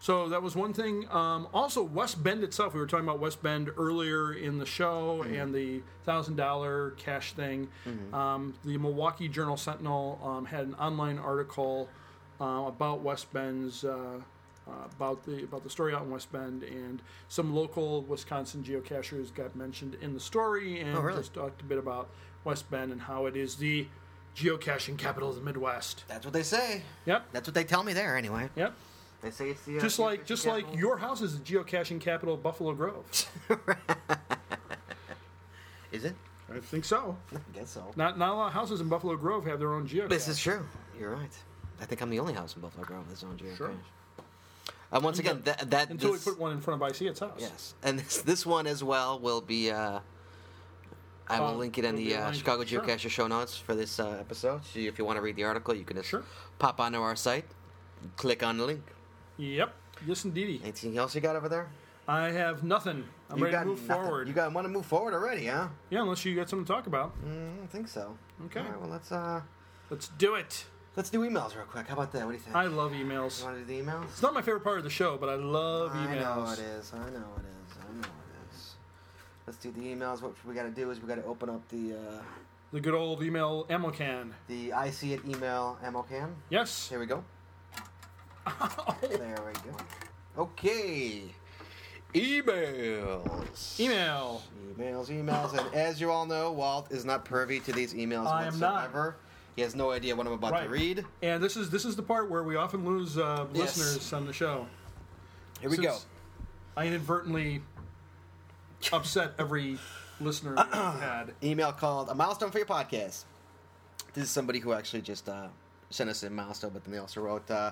S2: So that was one thing. Um, also, West Bend itself. We were talking about West Bend earlier in the show and the thousand dollar cash thing. Um, the Milwaukee Journal Sentinel um, had an online article uh, about West Bend's uh, uh, about the about the story out in West Bend and some local Wisconsin geocachers got mentioned in the story and
S1: Oh, really?
S2: just talked a bit about West Bend and how it is the geocaching capital of the Midwest.
S1: That's what they say.
S2: Yep.
S1: That's what they tell me there, anyway.
S2: Yep.
S1: They say it's the uh,
S2: Just like
S1: geocaching
S2: just like
S1: capital.
S2: your house is the geocaching capital of Buffalo Grove.
S1: Is it?
S2: I think so.
S1: I guess so.
S2: Not not a lot of houses in Buffalo Grove have their own geocache.
S1: This is true. You're right. I think I'm the only house in Buffalo Grove that's on geocache.
S2: Sure.
S1: Uh, once again, that that
S2: until
S1: this-
S2: we put one in front of ICET's house.
S1: yes, and [laughs] this this one as well will be. Uh, I will
S2: Um,
S1: link it in
S2: we'll
S1: the
S2: be
S1: uh,
S2: linked.
S1: Chicago
S2: Sure.
S1: Geocacher show notes for this uh, episode. So if you want to read the article, you can just
S2: Sure.
S1: pop onto our site, click on the link.
S2: Yep. Yes, indeedy.
S1: Anything else you got over there?
S2: I have nothing. I'm
S1: you
S2: ready
S1: got
S2: to move
S1: nothing.
S2: forward.
S1: You got want to move forward already, huh?
S2: yeah, unless you got something to talk about.
S1: Mm, I don't think so.
S2: Okay.
S1: All right, well, let's uh,
S2: Let's do it.
S1: let's do emails real quick. How about that? What do you think?
S2: I love emails.
S1: you want to do the emails?
S2: It's not my favorite part of the show, but I love emails.
S1: I know it is. I know it is. I know it is. Let's do the emails. What we got to do is we got to open up the uh,
S2: The good old email ammo can.
S1: the I see it email ammo can.
S2: Yes.
S1: Here we go. There we go. Okay. Emails.
S2: Email.
S1: Emails, emails, and as you all know, Walt is not privy to these emails
S2: I am not.
S1: whatsoever. He has no idea what I'm about to
S2: Right.
S1: read.
S2: And this is this is the part where we often lose uh,
S1: Yes.
S2: listeners on the show.
S1: Here we go.
S2: Since I inadvertently upset every listener
S1: [coughs]
S2: we had.
S1: email called "A Milestone for Your Podcast." This is somebody who actually just uh, sent us a milestone, but then they also wrote, uh,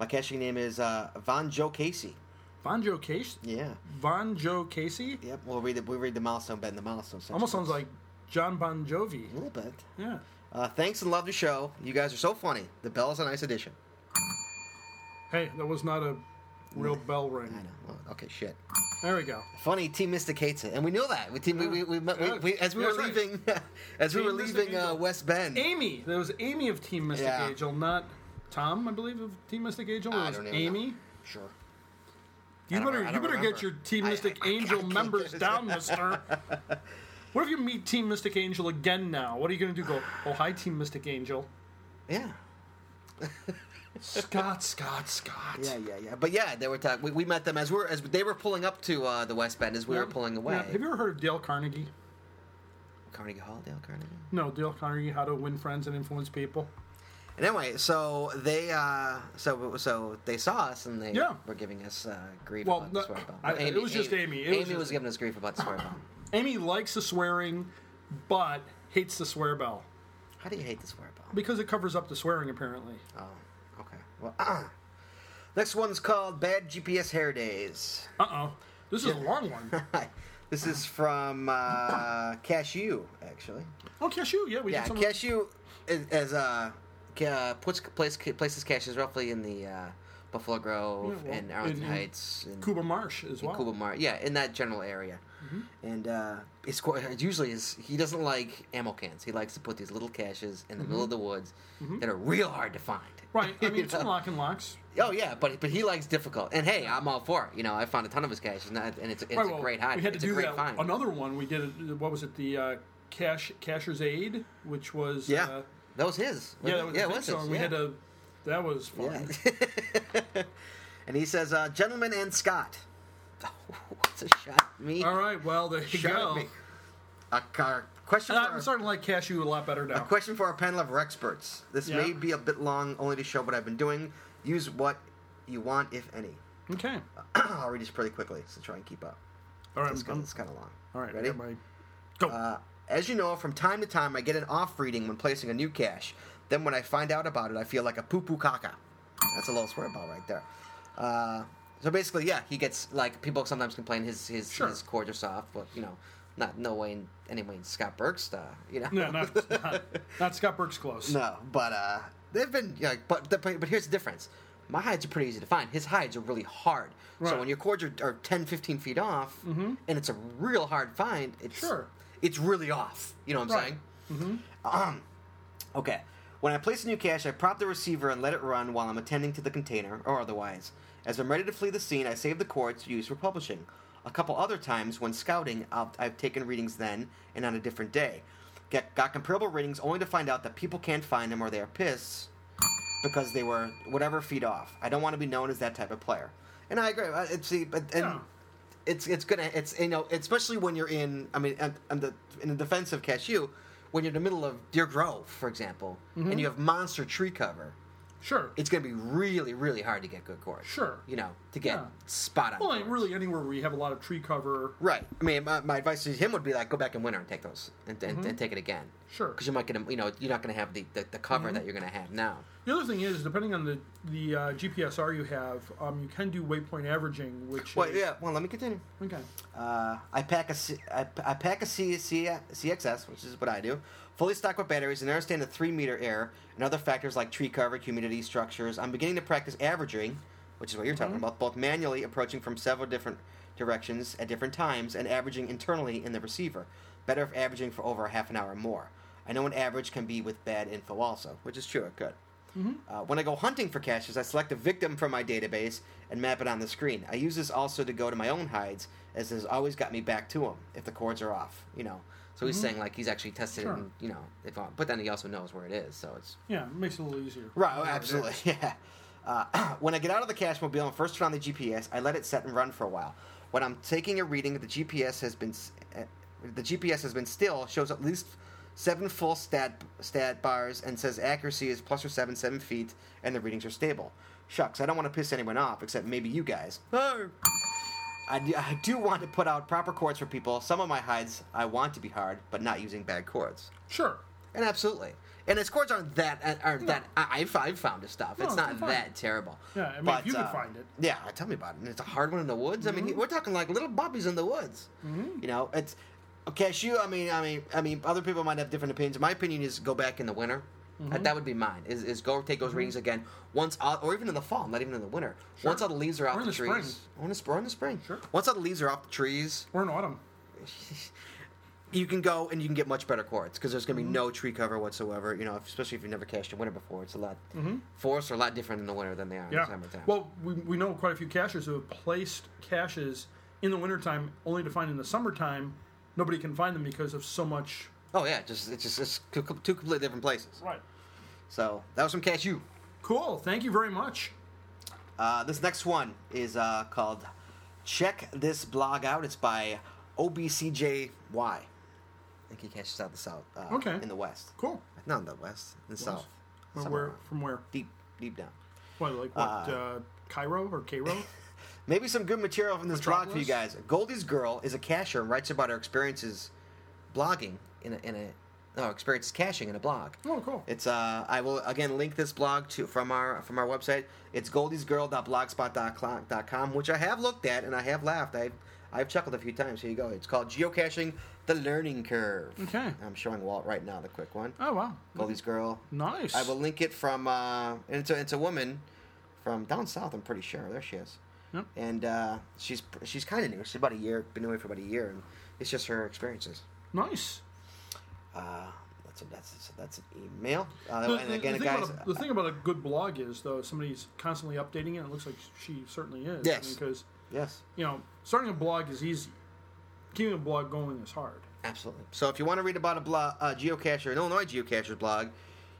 S1: "My caching name is uh, Von Joe Casey."
S2: Von Joe Casey.
S1: Yeah,
S2: Von Joe Casey.
S1: yep. We'll read it. We read the milestone, Ben. The milestone. section.
S2: Almost sounds like John Bon Jovi.
S1: a little bit.
S2: Yeah.
S1: Uh, thanks and love the show. You guys are so funny. The bell is a nice addition.
S2: Hey, that was not a real bell ring.
S1: I know. Well, okay, shit.
S2: There we go.
S1: Funny, Team Mysticates it, and we know that. We, team, we, we, we, we,
S2: Yeah.
S1: we- as we
S2: Yeah,
S1: were
S2: that's right.
S1: leaving, [laughs] as we
S2: Team
S1: were leaving
S2: Mysticates
S1: uh,
S2: it.
S1: West Bend.
S2: Amy. There was Amy of Team Mystic
S1: Yeah.
S2: Angel, not Tom, I believe, of Team Mystic Angel. It
S1: I
S2: was
S1: don't even
S2: Amy.
S1: know. Sure. I
S2: You
S1: don't-
S2: better,
S1: I
S2: you
S1: don't
S2: better
S1: remember.
S2: get your Team
S1: I-
S2: Mystic
S1: I- I
S2: Angel
S1: can't [laughs]
S2: members
S1: get it.
S2: down, Mister. What if you meet Team Mystic Angel again now? What are you going to do? Go, oh hi, Team Mystic Angel.
S1: Yeah.
S2: Scott, Scott, Scott.
S1: Yeah, yeah, yeah. But yeah, they were talking. We, we met them as we are as they were pulling up to uh, the West Bend as we were
S2: Yeah.
S1: pulling away.
S2: Yeah. Have you ever heard of Dale Carnegie?
S1: Carnegie Hall, Dale Carnegie.
S2: No, Dale Carnegie, How to Win Friends and Influence People.
S1: And anyway, so they uh, so so they saw us and they
S2: Yeah.
S1: were giving us uh, grief
S2: Well,
S1: about the
S2: no,
S1: swear bomb.
S2: I- it was just Amy. It was
S1: Amy
S2: just-
S1: was giving us grief about the swear bomb.
S2: Amy likes the swearing, but hates the swear bell
S1: How do you hate the swear bomb?
S2: because it covers up the swearing. Apparently,
S1: Oh, okay. Well, next one's called Bad GPS Hair Days. [laughs]
S2: uh oh, this is a long one.
S1: this is from uh, Cashew, actually.
S2: Oh, cashew. Yeah, we
S1: Yeah,
S2: did some.
S1: cashew is, is uh, ca- uh puts place, places caches roughly in the uh, Buffalo Grove
S2: Yeah, well,
S1: and Arlington
S2: in- in
S1: Heights and
S2: Cuba Mm-hmm. Marsh as well.
S1: Cuba Mart. Yeah, in that general area. And uh, it's qu- it usually is he doesn't like ammo cans. He likes to put these little caches in the middle of the woods that are real hard to find.
S2: [laughs] Mm-hmm. Right.
S1: [laughs]
S2: I
S1: You
S2: mean, it's
S1: know?
S2: in lock and locks.
S1: Oh yeah, but but he likes difficult. And hey, I'm all for it. You know, I found a ton of his caches, and, I- and it's, it's
S2: right,
S1: a
S2: well,
S1: great hide.
S2: We had to
S1: it's
S2: do
S1: a great
S2: that.
S1: find.
S2: Another one we did. at- What was it? The uh, cash cashier's aid, which was
S1: yeah,
S2: uh,
S1: that was his.
S2: yeah, that was,
S1: yeah,
S2: the
S1: it
S2: thing.
S1: was
S2: So
S1: his.
S2: we
S1: yeah.
S2: had to. That was fun.
S1: [laughs]
S2: [laughs]
S1: Yeah. [laughs] and he says, uh, "Gentlemen and Scott." [laughs] What's a shot at me?
S2: All right. Well, there you
S1: Shot at
S2: go.
S1: me. A car question.
S2: And
S1: for
S2: I'm
S1: our-
S2: starting to like cashew a lot better now.
S1: a question for our panel of experts. This
S2: Yeah.
S1: may be a bit long, only to show what I've been doing. Use what you want, if any. [clears throat]
S2: okay.
S1: I'll read this pretty quickly, so try and keep up.
S2: All right.
S1: It's
S2: I'm-
S1: kind, it's kind of long.
S2: all right. I
S1: ready?
S2: got my- go.
S1: Uh, as you know, from time to time, I get an off reading when placing a new cache. Then when I find out about it, I feel like a poo poo caca. That's a little swear ball right there. Uh, so basically, yeah, he gets like people sometimes complain his his,
S2: Sure.
S1: his cords are soft, but you know, not no way in any way in Scott Burke's uh, you know.
S2: no, not, not, not Scott Burke's
S1: [laughs]
S2: close.
S1: No, but uh, they've been you know, like, but the, but here's the difference. My hides are pretty easy to find. His hides are really hard. So
S2: Right. Mm-hmm.
S1: when your cords are, are 10, 15 feet off, and it's a real hard find, it's
S2: Sure.
S1: it's really off. You know what I'm
S2: Right.
S1: saying? Um, okay. When I place a new cache, I prop the receiver and let it run while I'm attending to the container or otherwise. As I'm ready to flee the scene, I save the cords to use for publishing. A couple other times when scouting, I've, I've taken readings then and on a different day. Get, got comparable readings only to find out that people can't find them or they are pissed because they were whatever feet off. I don't want to be known as that type of player. And I agree. Uh, It's see, but and
S2: Yeah.
S1: it's it's gonna it's you know especially when you're in I mean and, and the in the defense of cashew when you're in the middle of Deer Grove, for example,
S2: Mm-hmm.
S1: and you have monster tree cover,
S2: Sure.
S1: it's going to be really, really hard to get good chords.
S2: Sure.
S1: You know, to get
S2: Yeah.
S1: spot on.
S2: well, like,
S1: chords.
S2: really anywhere where you have a lot of tree cover.
S1: Right. I mean, my, my advice to him would be like, go back in winter and take those and, and,
S2: Mm-hmm.
S1: and take it again.
S2: Sure.
S1: Because you might get, a- you know, you're not going to have the, the, the
S2: Mm-hmm.
S1: cover that you're going to have now.
S2: The other thing is, depending on the the uh, GPSR you have, um, you can do waypoint averaging, which
S1: Well,
S2: is,
S1: yeah. Well, let me continue.
S2: okay,
S1: Uh, I pack a C, I, I pack a C, C, CXS, which is what I do, fully stocked with batteries and understand the three meter error and other factors like tree coverage, humidity, structures. I'm beginning to practice averaging, which is what you're talking about, both manually approaching from several different directions at different times and averaging internally in the receiver. Better if averaging for over a half an hour or more. I know an average can be with bad info also, which is true. It could. Uh, when I go hunting for caches, I select a victim from my database and map it on the screen. I use this also to go to my own hides, as this has always got me back to them if the cords are off. You know, so he's saying like he's actually tested
S2: Sure.
S1: it, and, you know, if on, but then he also knows where it is, so it's
S2: yeah, it makes it a little easier.
S1: Right, oh, absolutely. [laughs] Yeah. Uh, [clears throat] when I get out of the cash mobile and first turn on the GPS, I let it set and run for a while. When I'm taking a reading, the GPS has been s- uh, the GPS has been still shows at least seven full stat stat bars and says accuracy is plus or seven seven feet and the readings are stable. Shucks, I don't want to piss anyone off except maybe you guys. I do, I do want to put out proper chords for people. Some of my hides I want to be hard, but not using bad chords.
S2: Sure.
S1: And absolutely. And his scores aren't that uh, aren't that I, I've, I've found his stuff. it's
S2: it's
S1: not
S2: been fine.
S1: that terrible. uh,
S2: Yeah, I mean, if you can find it. Mm-hmm.
S1: Yeah, tell me about it. And it's a hard one in the woods. I mean, we're talking like little puppies in the woods. You know, it's cashew. I mean, I mean, I mean, other people might have different opinions. My opinion is go back in the winter.
S2: Mm-hmm.
S1: That, that would be mine. Is, is go take those readings again once, all, or even in the fall, not even in the winter. Once all the leaves are off
S2: Or in
S1: the,
S2: the spring.
S1: trees, or in the, sp- or in the spring.
S2: Sure.
S1: Once all the leaves are off the trees,
S2: Or in autumn.
S1: you can go and you can get much better chords because there's going to
S2: Mm-hmm.
S1: be no tree cover whatsoever. You know, if- especially if you've never cached in winter before, it's a lot. Forests are a lot different in the winter than they are in
S2: Mm-hmm. Yeah.
S1: the summertime.
S2: Well, we, we know quite a few caches who have placed caches in the wintertime only to find in the summertime nobody can find them because of so much.
S1: oh yeah, just it's just it's co- co- two completely different places.
S2: Right.
S1: So that was from Cashew.
S2: Cool. Thank you very much.
S1: Uh, this next one is uh, called "Check This Blog Out." It's by OBCJY. I think he caches out the south. Uh,
S2: Okay.
S1: In the west,
S2: Cool.
S1: not in the west, in the south,
S2: From
S1: Somewhere
S2: where? From where?
S1: deep deep down.
S2: What, like what? Uh, Cairo or
S1: [laughs]
S2: Cairo?
S1: Maybe some good material from this blog for you
S2: Metropolis?
S1: guys. Goldie's girl is a cashier and writes about her experiences blogging in a, in a no experiences caching in a blog.
S2: oh, cool.
S1: It's uh I will again link this blog to from our from our website. It's goldiesgirl.blogspot.com, which I have looked at and I have laughed. I I've chuckled a few times. Here you go. It's called geocaching: the learning curve.
S2: Okay.
S1: I'm showing Walt right now the quick one.
S2: Oh, wow.
S1: Goldie's girl.
S2: Nice.
S1: I will link it from uh, and it's a, it's a woman from down south. I'm pretty sure there she is,
S2: Yep.
S1: and uh, she's pr- she's kind of new. She's about a year, been away for about a year, and it's just her experiences.
S2: Nice.
S1: Uh, that's a, that's a, that's an email. Uh,
S2: The,
S1: and
S2: the-
S1: again,
S2: the thing
S1: guys, uh,
S2: about a, the thing about a good blog is though somebody's constantly updating it. and It looks like she certainly is.
S1: Yes.
S2: Because
S1: yes,
S2: you know, starting a blog is easy. Keeping a blog going is hard.
S1: absolutely. So if you want to read about a blog, uh, geocacher, an Illinois geocacher's blog,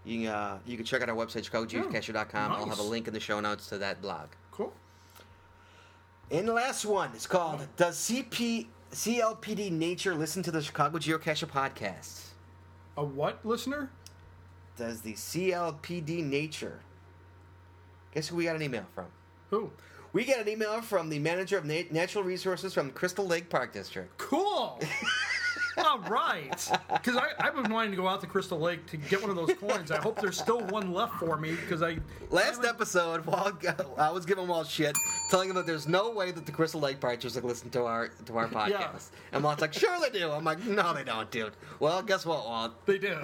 S1: you can, uh, you can check out our website chicagogeocacher.com. I'll have a
S2: Oh, Nice.
S1: link in the show notes to that blog.
S2: Cool.
S1: And the last one is called Does CP CLPD Nature Listen to the Chicago Geocacher Podcast?
S2: A what listener?
S1: Does the CLPD Nature? Guess who we got an email from?
S2: Who?
S1: We got an email from the manager of na- natural resources from Crystal Lake Park District. [laughs]
S2: Cool. All right. Because I've been wanting to go out to Crystal Lake to get one of those coins. I hope there's still one left for me because I
S1: Last episode, [laughs] Walt, I was giving Walt shit, telling him that there's no way that the Crystal Lake Park District listen to our to our podcast. And Walt's like, "Sure they do." I'm like, "No, they don't, dude." Well, guess what, Walt?
S2: they do.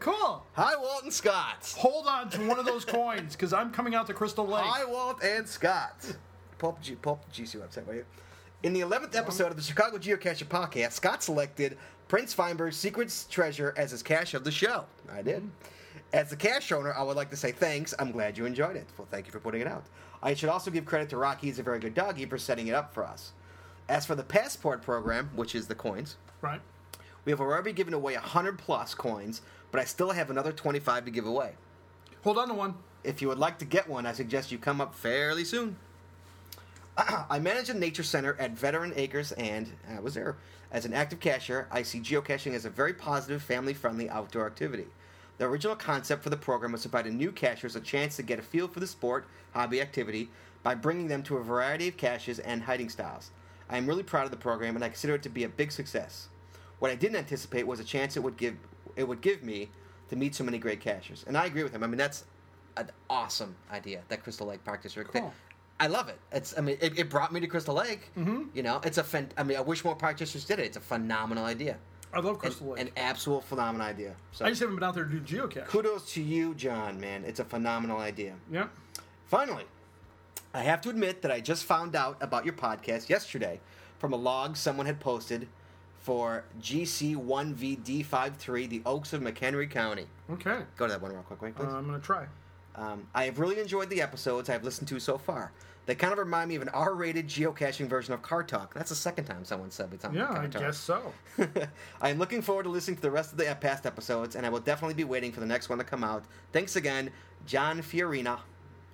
S2: Cool.
S1: Hi, Walt and Scott.
S2: Hold on to one of those coins because I'm coming out to Crystal Lake.
S1: I, Walt, and Scott. Pulp, G, Pulp GC website, will you? In the 11th episode of the Chicago Geocacher podcast, Scott selected Prince Feinberg's Secrets Treasure as his cache of the show. I did. As the cache owner, I would like to say thanks. I'm glad you enjoyed it. Well, thank you for putting it out. I should also give credit to Rocky, he's a very good doggy, for setting it up for us. As for the passport program, which is the coins,
S2: Right.
S1: we have already given away 100 plus coins, but I still have another 25 to give away.
S2: Hold on to one.
S1: If you would like to get one, I suggest you come up fairly soon. I manage a nature center at Veteran Acres and I was there. As an active cashier, I see geocaching as a very positive, family friendly outdoor activity. The original concept for the program was to provide new cashiers a chance to get a feel for the sport, hobby, activity by bringing them to a variety of caches and hiding styles. I am really proud of the program and I consider it to be a big success. What I didn't anticipate was a chance it would give it would give me to meet so many great cashers. And I agree with him. I mean, that's an awesome idea that Crystal Lake Park District. thing.
S2: Cool.
S1: I love it. It's I mean, it, it brought me to Crystal Lake. Mm-hmm. You know, it's a fan, I mean, I wish more park districts did it. It's a phenomenal idea.
S2: I love
S1: An,
S2: Crystal Lake.
S1: an absolute phenomenal idea. So
S2: I just haven't been out there to do geocache.
S1: kudos to you, John. Man, it's a phenomenal idea.
S2: Yeah.
S1: Finally, I have to admit that I just found out about your podcast yesterday from a log someone had posted for GC1VD53, the Oaks of McHenry County.
S2: Okay.
S1: Go to that one real quick, wait,
S2: Uh,
S1: please.
S2: I'm gonna try.
S1: Um, I have really enjoyed the episodes I've listened to so far. They kind of remind me of an R-rated geocaching version of Car Talk. That's the second time someone said it's on
S2: Yeah,
S1: Car
S2: I
S1: Talk. [laughs]
S2: guess so.
S1: I am looking forward to listening to the rest of the e, past episodes, and I will definitely be waiting for the next one to come out. Thanks again, John Fiorina,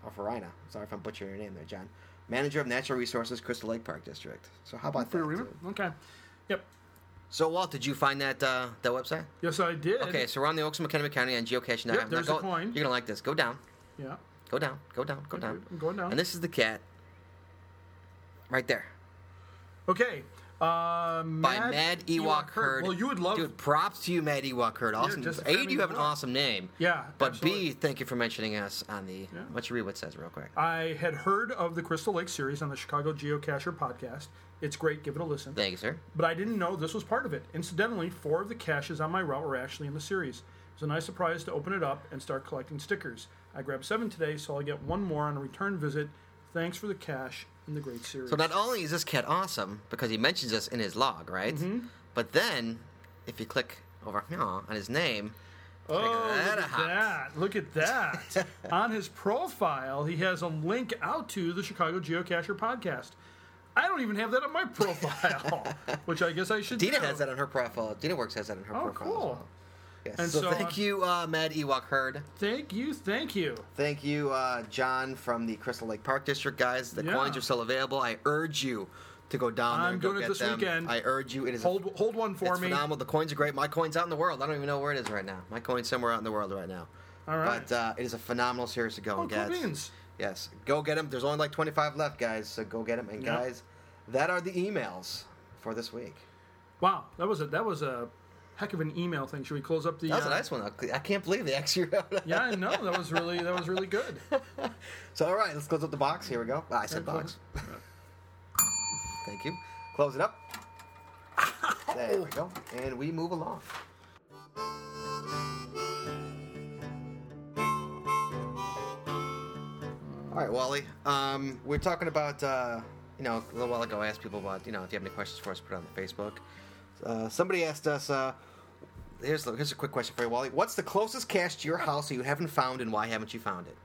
S1: or Fiorina. Sorry if I'm butchering your name there, John. Manager of Natural Resources, Crystal Lake Park District. So how about
S2: Fair
S1: that?
S2: reader?
S1: too?
S2: Okay. Yep.
S1: So Walt, did you find that uh, that website?
S2: Yes, I did.
S1: Okay, so we're on the Oaks of McKenna County on geocaching.com.
S2: Yep, there's
S1: now,
S2: a
S1: go,
S2: coin.
S1: You're gonna like this. Go down,
S2: Yeah.
S1: go down, go down, go down.
S2: I'm Mm-hmm. going down.
S1: And this is the cat, right there.
S2: Okay. Uh, Mad
S1: by Mad Ewok Herd.
S2: Well, you would love.
S1: Dude, props to you, Mad Ewok Herd. Awesome.
S2: just for
S1: a,
S2: having
S1: you have an
S2: one.
S1: awesome name.
S2: Yeah,
S1: But B,
S2: absolutely.
S1: thank you for mentioning us on the.
S2: Yeah.
S1: Why don't you read what it says real quick?
S2: I had heard of the Crystal Lake series on the Chicago Geocacher podcast. It's great. Give it a listen.
S1: Thank you, sir.
S2: but I didn't know this was part of it. Incidentally, four of the caches on my route were actually in the series. It was a nice surprise to open it up and start collecting stickers. I grabbed seven today, so I'll get one more on a return visit. Thanks for the cache and the great series.
S1: So not only is this cat awesome because he mentions us in his log, right?
S2: Mm-hmm.
S1: But then, if you click over here on his name,
S2: oh,
S1: that
S2: look
S1: a hot.
S2: at that! Look at
S1: [laughs]
S2: that! on his profile, he has a link out to the Chicago Geocacher podcast. I don't even have
S1: [laughs]
S2: that on my profile, which I guess I should.
S1: Dina
S2: do.
S1: has that on her profile. Dina Works has that on her
S2: Oh,
S1: profile. as
S2: cool!
S1: well. Yes.
S2: And
S1: so,
S2: so,
S1: thank
S2: uh,
S1: you, uh, Mad Ewok Herd.
S2: Thank you, thank you.
S1: Thank you, uh, John from the Crystal Lake Park District, guys. The
S2: Yeah.
S1: coins are still available. I urge you to go down there.
S2: I'm
S1: and go
S2: doing it
S1: get
S2: this
S1: them.
S2: weekend.
S1: I urge you. It is a
S2: Hold hold one for
S1: it's
S2: me.
S1: phenomenal. The coins are great. My coin's out in the world. I don't even know where it is right now. My coin's somewhere out in the world right now.
S2: All right.
S1: But uh, it is a phenomenal series to go
S2: Oh,
S1: and
S2: cool
S1: get.
S2: beans.
S1: Yes. Go get them. There's only like 25 left, guys. So go get them. And
S2: Yep.
S1: guys, that are the emails for this week.
S2: Wow, that was a that was a heck of an email thing. Should we close up the?
S1: That was a
S2: uh,
S1: nice one. I can't believe they [laughs] actually wrote it.
S2: Yeah, I know that was really that was really good.
S1: [laughs] So, all right, let's close up the box. Here we go. Ah, I said
S2: Yeah,
S1: box. [laughs] Thank you. Close it up. There we go. And we move along. All right, Wally. Um, we're talking about, uh, you know, a little while ago, I asked people about, you know, if you have any questions for us, put it on the Facebook. Uh, somebody asked us, uh, here's, the, here's a quick question for you, Wally. What's the closest cache to your house that you haven't found, and why haven't you found it?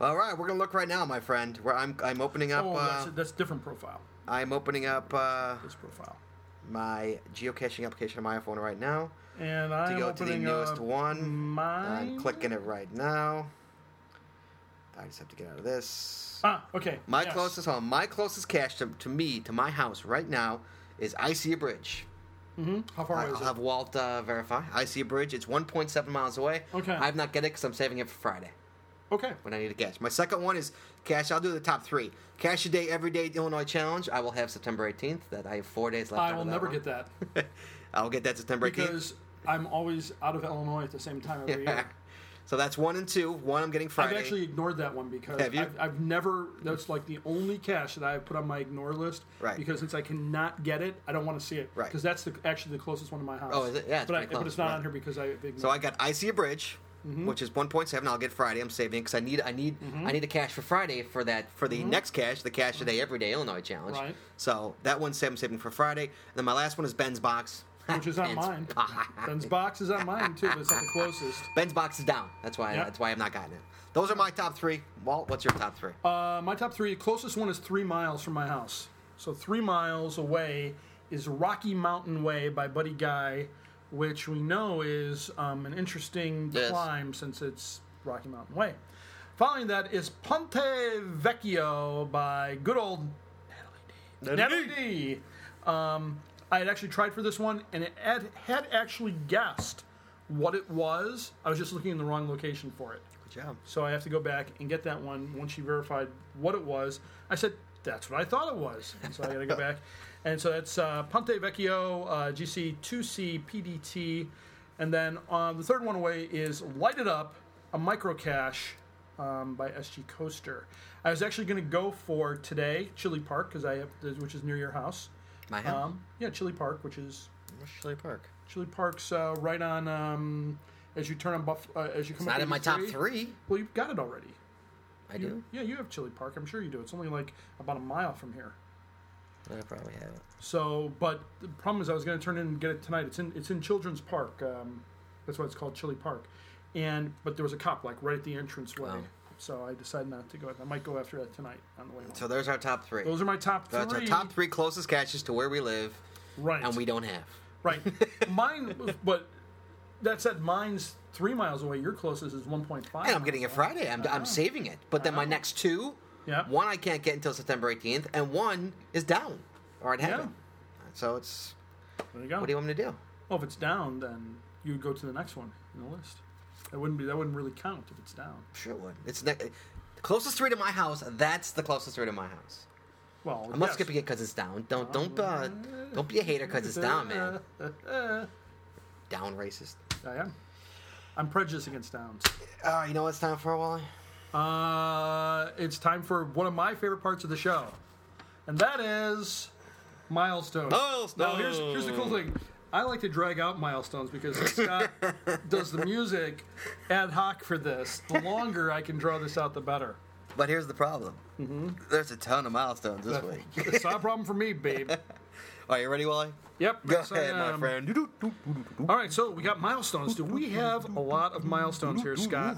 S1: All right, we're going to look right now, my friend. Where I'm, I'm opening up.
S2: Oh,
S1: uh,
S2: that's, that's different profile.
S1: I'm opening up uh,
S2: This profile,
S1: my geocaching application on my iPhone right now
S2: and I'm
S1: to go to the
S2: opening
S1: newest
S2: up
S1: one. uh,
S2: Mine.
S1: I'm clicking it right now. I just have to get out of this.
S2: Ah, okay.
S1: My
S2: yes.
S1: closest home, my closest cache to, to me, to my house right now is I see a bridge.
S2: How far away
S1: I'll
S2: is
S1: have
S2: it?
S1: Walt uh, verify. I see a bridge. It's 1.7 miles away.
S2: Okay.
S1: I've not get it because I'm saving it for Friday
S2: Okay.
S1: when I need a cache. My second one is cache. I'll do the top three. Cache a day, everyday Illinois challenge. I will have September 18th. That I have four days left.
S2: I
S1: out
S2: will
S1: of
S2: never
S1: one.
S2: get that
S1: [laughs] I'll get that September 18th.
S2: because I'm always out of Illinois at the same time
S1: [laughs]
S2: every year.
S1: so that's one and two. One I'm getting Friday.
S2: I've actually ignored that one because
S1: Have you?
S2: I've, I've never. That's like the only cache that I've put on my ignore list.
S1: Right.
S2: Because since I cannot get it, I don't want to see it.
S1: Right.
S2: Because that's the, actually the closest one to my house.
S1: Oh, is it? Yeah, it's
S2: but, I,
S1: pretty
S2: but
S1: close,
S2: it's not
S1: right.
S2: on here because I. Ignored
S1: so I got I see a bridge,
S2: Mm-hmm.
S1: which is 1.7. I'll get Friday. I'm saving because I need I need I need a cash for Friday for that for the next cash, the cash today everyday Illinois challenge.
S2: Mm-hmm. Right.
S1: So that one's saving saving for Friday. And then my last one is Ben's box, [laughs]
S2: which is on
S1: Ben's
S2: mine.
S1: box. [laughs]
S2: Ben's box is on mine too, but it's not the closest.
S1: Ben's box is down. That's why
S2: Yeah.
S1: that's why I've not gotten it. Those are my top three. Walt, what's your top three?
S2: Uh, my top three, closest one is three miles from my house. So three miles away is Rocky Mountain Way by Buddy Guy, which we know is um, an interesting
S1: Yes.
S2: climb since it's Rocky Mountain Way. Following that is Ponte Vecchio by good old Natalie. Um, I had actually tried for this one, and it had, had actually guessed what it was. I was just looking in the wrong location for it.
S1: Good job.
S2: So I have to go back and get that one. Once she verified what it was, I said, that's what I thought it was. And so I got to
S1: [laughs]
S2: go back. And so that's uh, Ponte Vecchio, uh, GC 2C, PDT. And then uh, the third one away is Light It Up, a micro cache um, by SG Coaster. I was actually going to go for today, Chili Park, because I have, which is near your house.
S1: My house.
S2: Um, yeah, Chili Park, which is
S1: Where's Shirley Park?
S2: Chili Park's uh, right on um, as you turn on Buff, uh, as you come
S1: It's
S2: up
S1: not in my top
S2: 83.
S1: three.
S2: Well, you've got it already.
S1: I
S2: You-
S1: do.
S2: Yeah, you have Chili Park. I'm sure you do. It's only like about a mile from here. Mm-hmm.
S1: I probably have it.
S2: So, but the problem is, I was going to turn in and get it tonight. It's in it's in Children's Park. Um, that's why it's called Chili Park. And but there was a cop like right at the entrance way,
S1: Oh.
S2: so I decided not to go. I might go after that tonight on the way home.
S1: So there's our top three.
S2: Those are my top three.
S1: That's our top three closest caches to where we live,
S2: right?
S1: and we [laughs] don't have.
S2: right. Mine, but that said, mine's three miles away. Your closest is one point five.
S1: And I'm getting it Friday. I'm, I'm saving it. But then my next two,
S2: Yeah.
S1: one I can't get until September 18th, and one is down, or I'd have
S2: Yeah.
S1: it. So it's
S2: There you go.
S1: what do you want me to do?
S2: Well, if it's down, then you would go to the next one in the list. That wouldn't be. That wouldn't really count if it's down.
S1: Sure would. It's ne- the closest three to my house. That's the closest three to my house.
S2: Well,
S1: I'm not
S2: yes.
S1: skipping it because it's down. Don't don't uh, don't be a hater because it's down,
S2: [laughs]
S1: man. Down racist.
S2: I am. I'm prejudiced against downs.
S1: Uh, you know what's time for a while?
S2: Uh, it's time for one of my favorite parts of the show, and that is milestones. Now here's here's the cool thing. I like to drag out milestones because
S1: [laughs]
S2: Scott does the music ad hoc for this. The longer I can draw this out, the better.
S1: But here's the problem.
S2: Mm-hmm.
S1: There's a ton of milestones this week. [laughs]
S2: It's not a problem for me, babe.
S1: Are you ready, Wally?
S2: Yep.
S1: Go
S2: yes, I
S1: ahead, my
S2: am.
S1: friend.
S2: All right, so we got milestones. Do we have a lot of milestones here, Scott?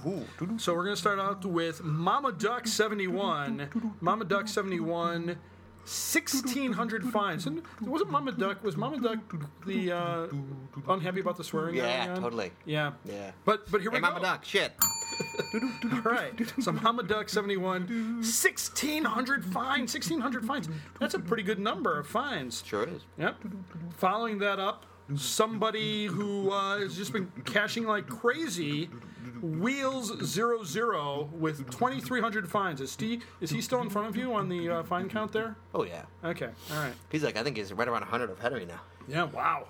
S2: So we're going to start out with Mama Duck 71. Mama Duck 71, 1,600 fines. And wasn't Mama Duck, was Mama Duck the uh, unhappy about the swearing?
S1: Yeah,
S2: going on?
S1: totally.
S2: Yeah.
S1: Yeah.
S2: But, but here
S1: Hey,
S2: we
S1: Mama
S2: go.
S1: Duck, shit.
S2: All right. So Mama Duck 71, 1,600 fines. 1,600 fines. That's a pretty good number of fines.
S1: Sure is.
S2: Yep. Following that up, somebody who uh, has just been cashing like crazy, Wheels zero zero with twenty three hundred fines. Is he is he still in front of you on the uh, fine count there?
S1: Oh, yeah.
S2: Okay. All right.
S1: He's like, I think he's right around 100 of Henry now. [laughs]
S2: Yeah. Wow.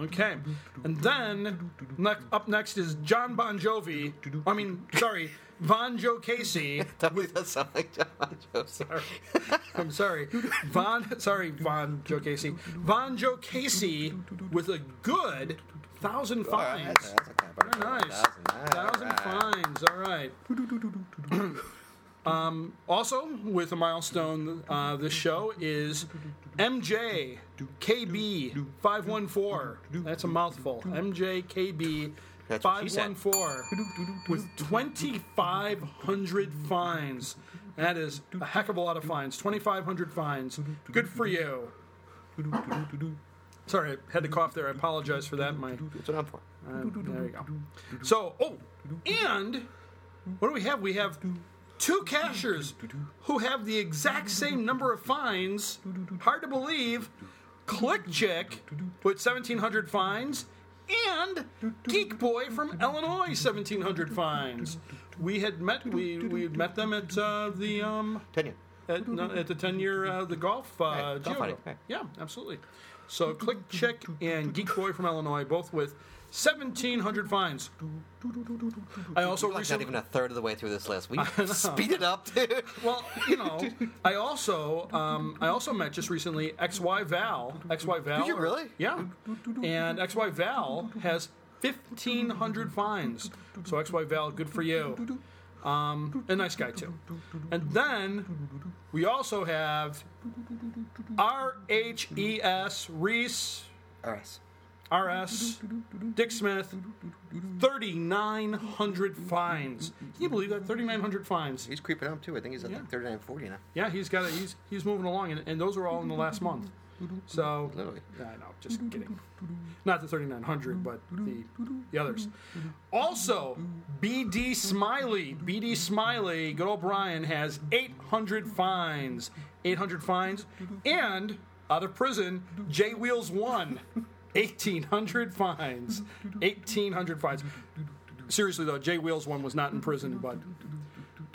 S2: Okay. And then ne- up next is John Bon Jovi. I mean, sorry, Von Joe Casey.
S1: That does that sound like John Joseph.
S2: [laughs] I'm sorry, Von. Sorry, Von Joe Casey. Von Joe Casey with a good thousand fines. Very nice. Thousand fines. All right. um, also, with a milestone uh, this show is MJ KB five one four. That's a mouthful. MJ KB
S1: That's what she
S2: five
S1: said.
S2: one four with twenty five hundred fines. That is a heck of a lot of fines. Twenty five hundred fines. Good for you. Sorry, I had to cough there. I apologize for that. My
S1: That's what I'm for.
S2: uh, there you go. So, oh, and what do we have? We have two cashers who have the exact same number of fines. Hard to believe. Click Chick with 1,700 fines and Geek Boy from Illinois, 1,700 fines. We had met we, we had met them at uh, the um,
S1: Tenure.
S2: at, no, at the 10 year uh, the golf uh,
S1: Right, golf
S2: Giro.
S1: outing, right.
S2: Yeah, absolutely. So Click Chick and Geek Boy from Illinois both with 1,700 fines. I also
S1: We're like not
S2: recently.
S1: even a third of the way through this
S2: [laughs]
S1: list. We speed it up, dude.
S2: Well, you know, I also um, I also met just recently XY Val. XY Val.
S1: Did you really?
S2: Yeah. And XY Val has 1,500 fines. So XY Val, good for you. Um, a nice guy, too. And then we also have RHES E Reese.
S1: All right.
S2: RS, Dick Smith, 3,900 fines. Can you believe that? 3,900 fines.
S1: He's creeping up too. I think he's at
S2: Yeah.
S1: like 39, 40 now.
S2: Yeah, he's got it. He's, he's moving along, and, and those were all in the last month. So,
S1: Literally.
S2: I know, just kidding. Not the 3,900, but the, the others. Also, BD Smiley. BD Smiley, good old Brian, has 800 fines. 800 fines. And out of prison, J Wheels won. 1,800 fines. 1,800 fines. Seriously, though, J Wheels one was not in prison, but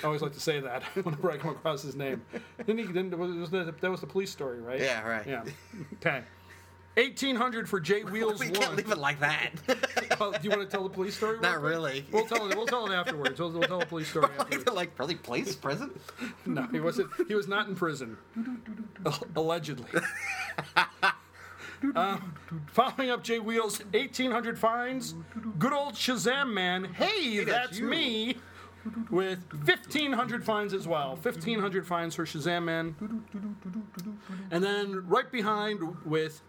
S2: I always like to say that [laughs] whenever I come across his name. Didn't he? Didn't, was, was the, that was the police story, right?
S1: Yeah, right.
S2: Yeah. Okay. 1800 for Jay
S1: [laughs]
S2: Wheels
S1: We
S2: one.
S1: can't leave it like
S2: [laughs]
S1: that. [laughs]
S2: Oh, do you want to tell the police story? real
S1: Not
S2: quick?
S1: really.
S2: We'll tell it. We'll tell it afterwards. We'll, we'll tell the police story afterwards.
S1: [laughs] like probably place present.
S2: No, he wasn't. He was not
S1: [laughs]
S2: in prison, allegedly. Uh, following up Jay Wheels, eighteen hundred fines. Good old Shazam man. Hey,
S1: that's
S2: that's
S1: you.
S2: me. With fifteen hundred fines as well. Fifteen hundred fines for Shazam man. And then right behind with.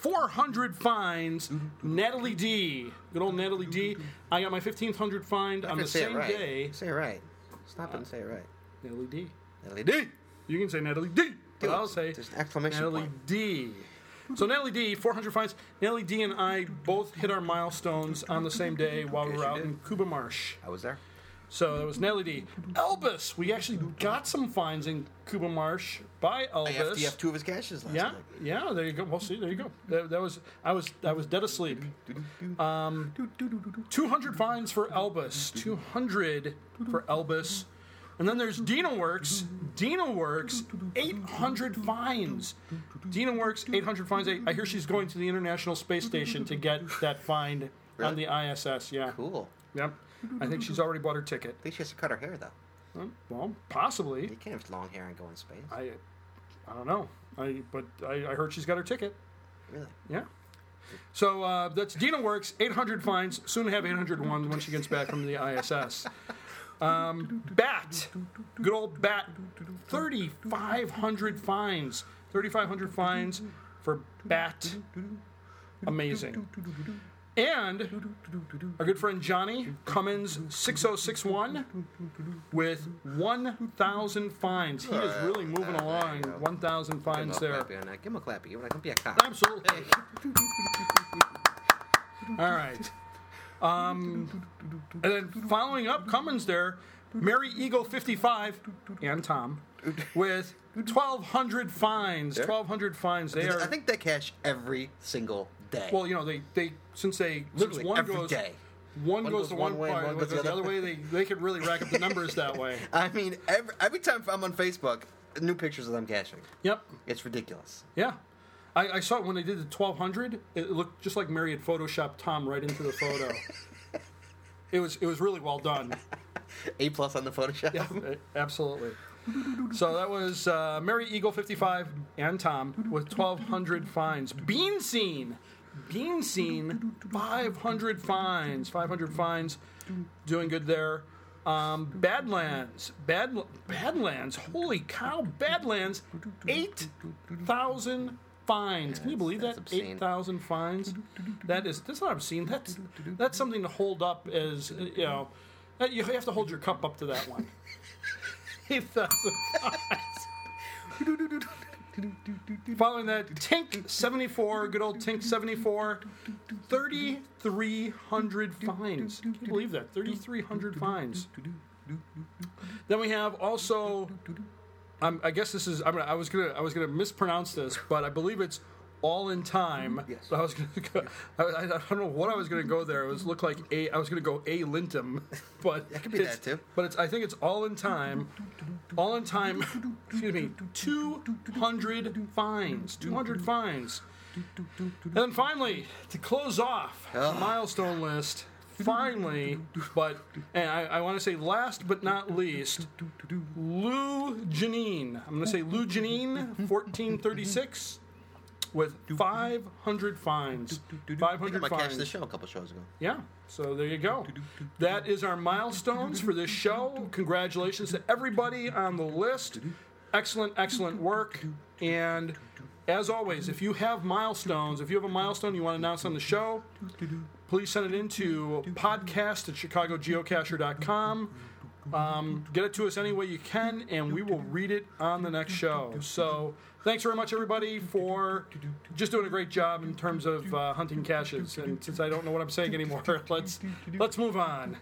S2: 400 fines, Natalie D. Good old Natalie D. I got my 1500 fine on the
S1: say
S2: same
S1: it right.
S2: day.
S1: Say it right. Stop it and say it right.
S2: Natalie D.
S1: Natalie D.
S2: You can say Natalie D, but
S1: Do it.
S2: I'll say
S1: There's an exclamation
S2: Natalie
S1: point.
S2: D. So Natalie D, 400 fines. Natalie D and I both hit our milestones on the same day while we
S1: Yes,
S2: were
S1: you
S2: out
S1: did.
S2: in Cuba Marsh.
S1: I was there.
S2: So that was Natalie D. Elvis, we actually got some fines in Cuba Marsh by
S1: I
S2: Elvis.
S1: FDF two of his caches last
S2: Yeah,
S1: night.
S2: yeah. There you go. Well, see, there you go. That, that was I was I was dead asleep. Um, two hundred fines for Elvis. Two hundred for Elvis, and then there's Dina Works. Dina Works. Eight hundred fines. Dina Works. Eight hundred fines. I, I hear she's going to the International Space Station to get that fine on
S1: Really?
S2: the ISS. Yeah.
S1: Cool.
S2: Yep. I think she's already bought her ticket.
S1: At least she has to cut her hair though.
S2: Well, possibly.
S1: You can't have long hair and go in space.
S2: I, I don't know. I but I, I heard she's got her ticket.
S1: Really?
S2: Yeah. So uh, that's Dina Works, 800 fines, soon to have 801 when she gets back from the ISS. Um, bat, good old Bat, 3,500 fines. 3,500 fines for Bat. Amazing. And our good friend Johnny Cummins, 6061, with 1,000 fines. He is really moving along. 1,000
S1: Give him
S2: fines
S1: a
S2: there.
S1: clappy on that. Give him a clappy. Give him a don't be a cop.
S2: Absolutely. [laughs] All right. Um, and then following up Cummins there, Mary Eagle 55 and Tom with 1,200 fines. 1,200 fines. They are.
S1: I think they cash every single day.
S2: Well, you know, they, they since they
S1: literally
S2: since one
S1: every
S2: goes
S1: day.
S2: one goes, to one,
S1: way and
S2: part,
S1: one
S2: one goes the other way. They they could really rack up the numbers that
S1: [laughs]
S2: way.
S1: I mean, every, every time I'm on Facebook, new pictures of them cashing.
S2: Yep.
S1: It's ridiculous.
S2: Yeah. I, I saw it when they did the 1200. It looked just like Mary had photoshopped Tom right into the photo. it was it was really well done.
S1: A plus on the Photoshop. [laughs]
S2: A- Absolutely. So that was uh, Mary Eagle 55 and Tom with 1200 fines. Bean Scene. Bean Scene 500 fines. 500 fines. Doing good there. Um, Badlands. Bad, Badlands. Holy cow. Badlands. 8,000 fines. Can you believe
S1: that's
S2: that?
S1: obscene.
S2: 8,000 fines. That is, that's not obscene. That's, that's something to hold up as, uh, you know, uh, you have to hold your cup up to that one. [laughs] 8,000 fines. Following that, Tink 74, good old Tink 74, 3,300 fines. Can you believe that? 3,300 fines. Then we have also, um, I guess this is I'm gonna, I was gonna I was gonna mispronounce this, but I believe it's all in time.
S1: Yes.
S2: But I was gonna go, I, I- I don't know what I was gonna go there. It was looked like a I was gonna go a lintum, [laughs] but
S1: That could be
S2: it's-
S1: that, too.
S2: But it's I think it's all in time, all in time. [laughs] excuse me, two hundred fines, two hundred fines. And then finally, to close off the milestone list, finally, but and I, I want to say last but not least, Lou Janine. I'm going to say Lou Janine, 1436, with 500 fines.
S1: I think
S2: 500
S1: I cashed the
S2: fines.
S1: show a couple shows ago.
S2: Yeah. So there you go. That is our milestones for this show. Congratulations to everybody on the list. Excellent, excellent work. And As always, if you have milestones, if you have a milestone you want to announce on the show, please send it in to podcast at chicagogeocacher.com. Um, get it to us any way you can, and we will read it on the next show. So, thanks very much, everybody, for just doing a great job in terms of uh, hunting caches. And since I don't know what I'm saying anymore, [laughs] let's let's move on.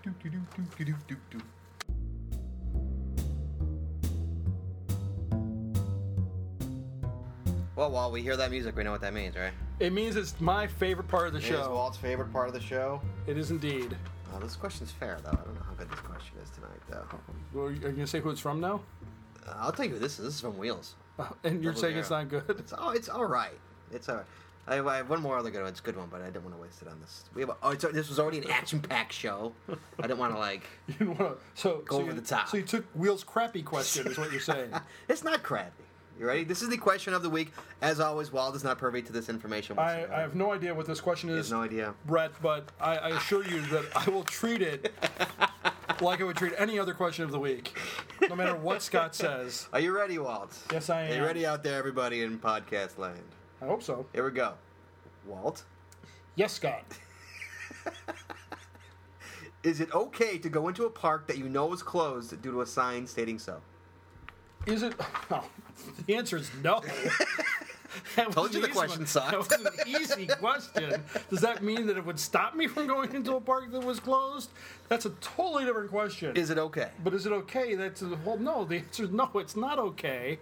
S1: Well, while we hear that music, we know what that means, right?
S2: It means it's my favorite part of the
S1: It is
S2: show.
S1: Walt's favorite part of the show.
S2: It is indeed.
S1: Uh, this question's fair, though. I don't know how good this question is tonight, though.
S2: Well, Are you going to say who it's from now? [laughs]
S1: Uh, I'll tell you who this is. This is from Wheels.
S2: Uh, and you're
S1: Double
S2: saying it's
S1: zero.
S2: not good? [laughs]
S1: It's all, it's all right. It's all right. I, I have one more other good one. It's a good one, but I didn't want to waste it on this. We have a, oh, it's, this was already an action-packed show. I didn't want to like.
S2: You didn't want to. So, so
S1: over
S2: you-
S1: the top.
S2: So you took Wheel's crappy question, is what you're saying.
S1: It's not crappy. You ready? This is the question of the week. As always, Wald is not privy to this information.
S2: I,
S1: whatsoever.
S2: I have no idea what this question
S1: He
S2: is,
S1: has no idea.
S2: Brett, but I, I assure you that I will
S1: [laughs]
S2: treat it like I would treat any other question of the week, no matter what Scott says.
S1: Are you ready, Walt?
S2: Yes, I
S1: Are
S2: am.
S1: you ready out there, everybody in podcast land?
S2: I hope so.
S1: Here we go. Walt,
S2: Yes, Scott.
S1: is it okay to go into a park that you know is closed due to a sign stating so?
S2: Is it? [laughs] Oh, the answer is
S1: [laughs]
S2: no. That was
S1: Told you
S2: an
S1: the
S2: easy
S1: question
S2: one.
S1: sucked.
S2: That was an easy question. Does that mean that it would stop me from going into a park that was closed? That's a totally different question.
S1: Is it okay?
S2: but is it okay? That's a whole. No, the answer is no. It's not okay.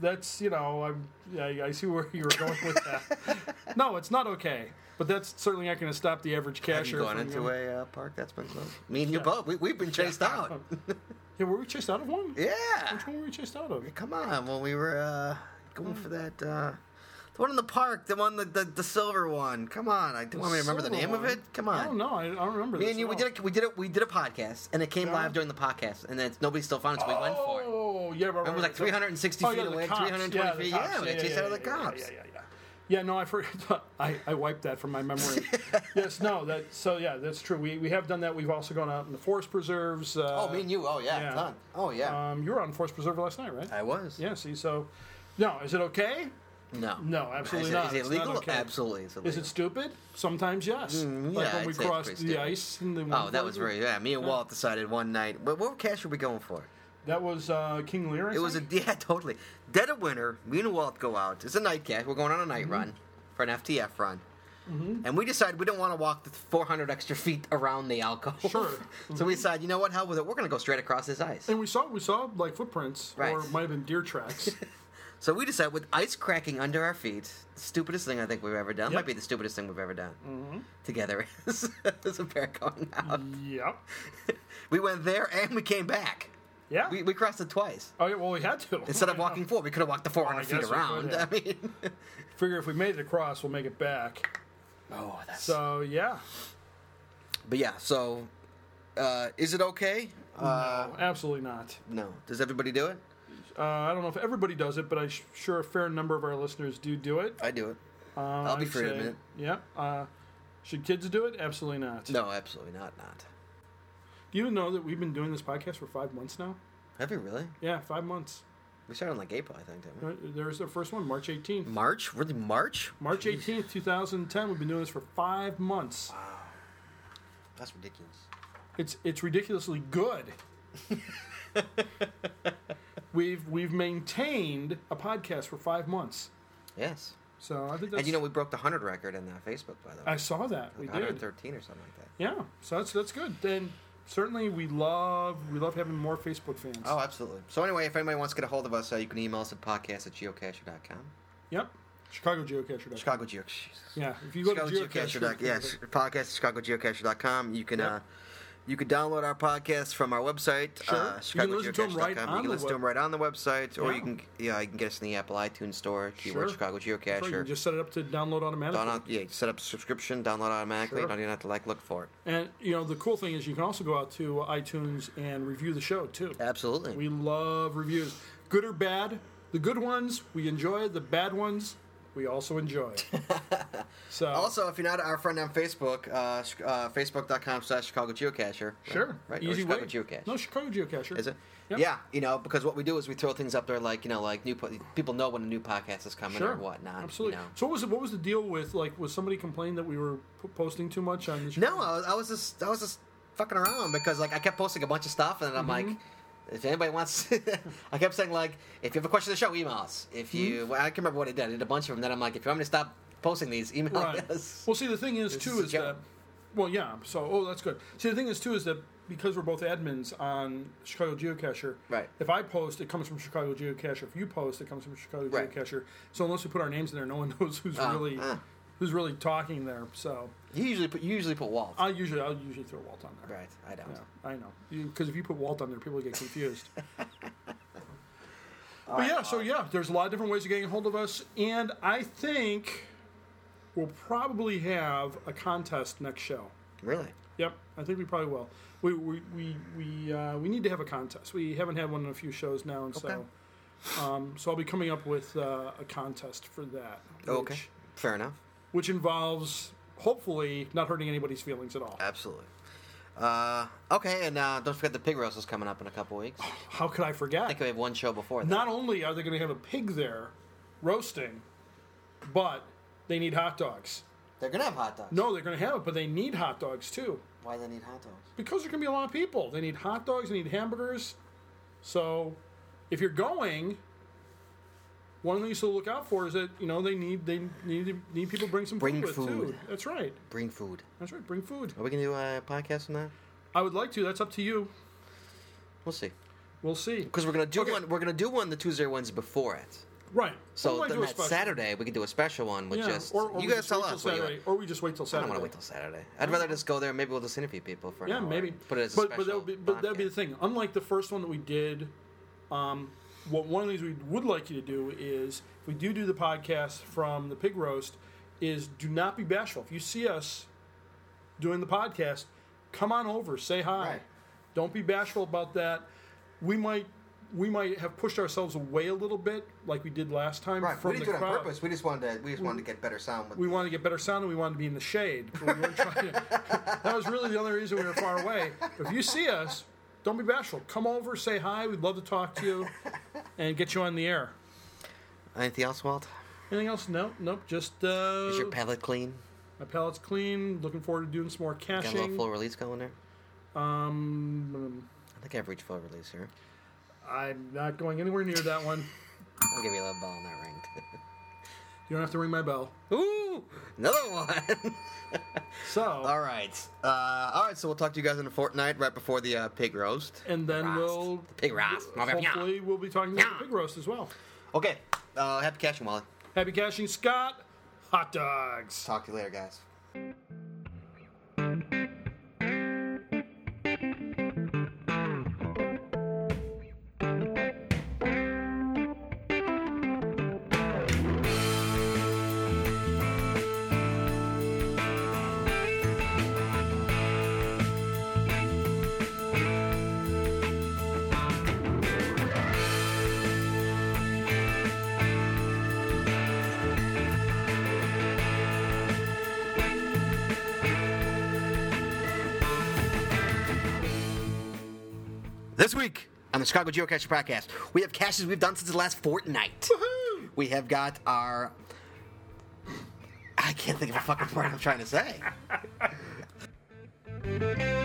S2: That's you know I'm, I I see where you were going with that. no, it's not okay. But that's certainly not going to stop the average
S1: Have you
S2: cashier.
S1: gone
S2: from
S1: into
S2: going-
S1: a uh, park that's been
S2: [laughs]
S1: closed? Me and you both. We, we've been chased out. [laughs]
S2: Yeah, were we chased out of one?
S1: yeah.
S2: Which one were we chased out of?
S1: Come on, when we were uh, going
S2: Mm.
S1: for that, uh, the one in the park, the one, the, the, the silver one. Come on, I do you want me to remember the
S2: Silver
S1: name of
S2: one?
S1: it? Come
S2: I
S1: on.
S2: don't know. I I don't remember.
S1: Me
S2: this
S1: and you,
S2: at
S1: we
S2: all.
S1: did a, we did a, we did a podcast, and it came live during the podcast, and then nobody still found us. We went for it.
S2: Oh, yeah, right,
S1: It was
S2: right,
S1: like
S2: right.
S1: 360
S2: Oh,
S1: feet
S2: yeah, the
S1: away,
S2: cops.
S1: 320
S2: the
S1: feet. Yeah,
S2: cops.
S1: we got chased out of the
S2: yeah,
S1: cops.
S2: Yeah, yeah, yeah. Yeah, no, I forgot. [laughs] I, I wiped that from
S1: [laughs]
S2: my memory. yes, no, that. So yeah, that's true. We, we have done that. We've also gone out in the forest preserves. Uh,
S1: Oh, me and you. Oh yeah,
S2: yeah.
S1: ton. Oh yeah,
S2: Um, you were on forest preserve last night, right?
S1: I was.
S2: yeah. See, so no, is it okay?
S1: No.
S2: No, absolutely
S1: is it,
S2: not.
S1: Is
S2: It's
S1: it
S2: not
S1: legal?
S2: okay.
S1: Absolutely, it's illegal.
S2: Is it stupid? Sometimes yes. like
S1: yeah,
S2: when we
S1: I'd say it's
S2: crossed the
S1: pretty stupid.
S2: ice. In the
S1: Oh, that was very yeah. Me and Walt decided one night. What, what cash were we going for?
S2: That was uh, King Lear. I
S1: It was a
S2: think?
S1: yeah, [laughs] totally dead of winter. Me and Walt go out. It's a night cash. We're going on a night
S2: Mm-hmm.
S1: run for an FTF run, and we decide we don't want to walk the 400 extra feet around the alcove.
S2: Sure.
S1: [laughs]
S2: Mm-hmm.
S1: so we decide, you know what? Hell with it. We're going to go straight across this ice.
S2: And we saw we saw like footprints, or
S1: Right.
S2: it might have been deer
S1: [laughs]
S2: tracks.
S1: So we decide with ice cracking under our feet, the stupidest thing I think we've ever done.
S2: Yep. Mm-hmm.
S1: Might be the stupidest thing we've ever done together [laughs] as, as a pair going out.
S2: yep. Mm-hmm.
S1: [laughs] we went there and we came back.
S2: Yeah.
S1: We, we crossed it twice.
S2: oh yeah. Well, we had to.
S1: Instead of walking forward, we could have walked the 400
S2: Oh, I
S1: feet
S2: guess we could,
S1: around. [laughs]
S2: yeah.
S1: I mean,
S2: [laughs] Figure if we made it across, we'll make it back.
S1: oh, that's.
S2: So yeah,
S1: But yeah, so uh, is it okay? Uh,
S2: absolutely not.
S1: no. Does everybody do it?
S2: Uh, I don't know if everybody does it, but I'm sure a fair number of our listeners do do it.
S1: I do it.
S2: Uh,
S1: I'll be
S2: I'd
S1: free in a
S2: say-
S1: minute.
S2: Yeah. Uh, should kids do it? Absolutely not.
S1: No, absolutely not. Not.
S2: Do you know that we've been doing this podcast for five months now?
S1: Have you really?
S2: Yeah, five months.
S1: We started on like April, I think, didn't we?
S2: Uh, There's our first one, March 18th.
S1: March? Really, March?
S2: March 18th, 2010. We've been doing this for five months.
S1: That's ridiculous.
S2: It's it's ridiculously
S1: [laughs]
S2: good. we've we've maintained a podcast for five months,
S1: Yes.
S2: so I think that's.
S1: And you know, we broke the 100 record in uh, Facebook, by the way.
S2: I saw that we
S1: Like
S2: did.
S1: 113 or something like that.
S2: Yeah, so that's that's good. Then certainly we love we love having more Facebook fans.
S1: Oh, absolutely. So, anyway, if anybody wants to get a hold of us, uh, you can email us at podcast at geocacher.com.
S2: Yep, Chicago Geocacher.
S1: Chicago Geocacher.
S2: Yeah, if you go
S1: Chicago
S2: to Geocacher.
S1: Geocacher. Yes, podcast at chicagogeocacher.com. You can. Uh, you can download our podcast from our website,
S2: Sure.
S1: uh,
S2: You can listen to 'em right
S1: chicagogeocacher.com.
S2: on
S1: You can
S2: the
S1: listen to
S2: web-
S1: them right on the website, or
S2: Yeah.
S1: you can yeah, you can get us in the Apple iTunes Store. Keyword
S2: Sure.
S1: Chicago
S2: That's right, you
S1: Geocacher.
S2: can just set it up to download automatically.
S1: Download- yeah, set up subscription, download automatically.
S2: Sure.
S1: Don't even have to like look for it.
S2: And you know the cool thing is you can also go out to iTunes and review the show too.
S1: Absolutely.
S2: We love reviews, good or bad. The good ones we enjoy. The bad ones we
S1: [laughs]
S2: also enjoy it. So
S1: uh, Also, if you're not our friend on Facebook, uh, sh- uh, facebook.com slash Chicago Geocacher.
S2: sure,
S1: Right? or
S2: easy
S1: Chicago
S2: way.
S1: Geocache.
S2: No Chicago geocacher.
S1: Is it?
S2: Yep.
S1: Yeah, you know, because what we do is we throw things up there, like you know, like new po- people know when a new podcast is coming
S2: Sure.
S1: or whatnot.
S2: Absolutely.
S1: You know.
S2: So what was it, what was the deal with like was somebody complained that we were p- posting too much on the Chicago-
S1: No, I was, I was just I was just fucking around because like I kept posting a bunch of stuff and I'm
S2: Mm-hmm.
S1: like, if anybody wants, [laughs] I kept saying like, if you have a question of the show, email us. If you,
S2: Mm-hmm.
S1: well, I can't remember what I did. I did a bunch of them. Then I'm like, if you want me to stop posting these, email [laughs]
S2: Right.
S1: us.
S2: Well, see, the thing is too
S1: Oh, is a
S2: is
S1: joke.
S2: that. Well, yeah. So, oh, that's good. See, the thing is too is that because we're both admins on Chicago Geocacher,
S1: Right.
S2: If I post, it comes from Chicago Geocacher. If you post, it comes from Chicago
S1: Right.
S2: Geocacher. So unless we put our names in there, no one [laughs] knows who's
S1: Ah,
S2: really
S1: ah.
S2: who's really talking there. So
S1: You usually put you usually put Walt.
S2: I usually I'll usually throw Walt on there.
S1: right, I don't.
S2: Yeah, I know. Because if you put Walt on there, people get confused. but yeah, so yeah, there's a lot of different ways of getting a hold of us, and I think we'll probably have a contest next show.
S1: Really?
S2: Yep, I think we probably will. We we we we, uh, we need to have a contest. We haven't had one in a few shows now, and so um, so I'll be coming up with uh, a contest for that.
S1: Okay.
S2: which-
S1: Fair enough.
S2: which involves hopefully not hurting anybody's feelings at all.
S1: Absolutely. Uh, okay, and uh, don't forget the pig roast is coming up in a couple weeks. I
S2: How could I forget?
S1: think we have one show before that.
S2: not only are they going to have a pig there roasting, but they need hot dogs.
S1: They're gonna have hot dogs.
S2: No, they're going to have it, but they need hot dogs too
S1: Why do they need hot dogs?
S2: because there can be a lot of people. They need hot dogs, they need hamburgers. So if you're going, one thing you still look out for is that you know they need they need to- need people to bring some
S1: Bring
S2: food, with too.
S1: food.
S2: That's right.
S1: Bring food.
S2: That's right. Bring food.
S1: Are we gonna do a podcast on that?
S2: I would like to. That's up to you.
S1: We'll see.
S2: We'll see.
S1: Because we're gonna do
S2: Okay.
S1: one. We're gonna do one the Tuesday or Wednesday before it.
S2: Right.
S1: So
S2: Or we might
S1: then
S2: do a
S1: that
S2: special.
S1: Saturday we could do a special one with
S2: Yeah.
S1: just
S2: or, or
S1: you
S2: we
S1: guys
S2: just
S1: tell
S2: wait till
S1: us. What you
S2: Saturday,
S1: want.
S2: or we just wait till
S1: I
S2: Saturday.
S1: don't want to wait till Saturday. I'd rather just go there. Maybe we'll just interview people for an
S2: Yeah,
S1: hour.
S2: maybe.
S1: Put it as a
S2: but,
S1: special.
S2: but that would be but that'd be the
S1: podcast.
S2: thing. Unlike the first one that we did, um, what one of the things we would like you to do is if we do do the podcast from the pig roast, is do not be bashful. If you see us doing the podcast, come on over, say hi.
S1: Right.
S2: Don't be bashful about that. We might we might have pushed ourselves away a little bit, like we did last time
S1: Right.
S2: from
S1: we didn't do
S2: the
S1: it on
S2: crowd.
S1: purpose. We just wanted to. We just wanted to get better sound. With
S2: We wanted to get better sound and we wanted to be in the shade. We weren't trying to- [laughs] that was really the only reason we were far away. If you see us, don't be bashful. Come over, say hi. We'd love to talk to you and get you on the air.
S1: Anything else, Walt?
S2: Anything else? Nope, nope. Just uh,
S1: Is your palate clean?
S2: my palate's clean. Looking forward to doing some more
S1: Got a little
S2: caching.
S1: full release going there.
S2: Um,
S1: I think I've reached full release here.
S2: I'm not going anywhere near that one.
S1: I'll give you a little ball on that ring.
S2: You don't have to ring my bell.
S1: [laughs] Ooh, another one. [laughs]
S2: So,
S1: all right. Uh, all right. So we'll talk to you guys in a fortnight, right before the uh, pig roast.
S2: and then
S1: Roast.
S2: we'll
S1: The pig roast.
S2: hopefully we'll be talking about
S1: Yeah.
S2: the pig roast as well.
S1: Okay. Uh, happy catching, Wally.
S2: Happy caching, Scott. Hot dogs.
S1: Talk to you later, guys. This week on the Chicago Geocacher Podcast, we have caches we've done since the last fortnight. We have got our. I can't think of a fucking word I'm trying to say.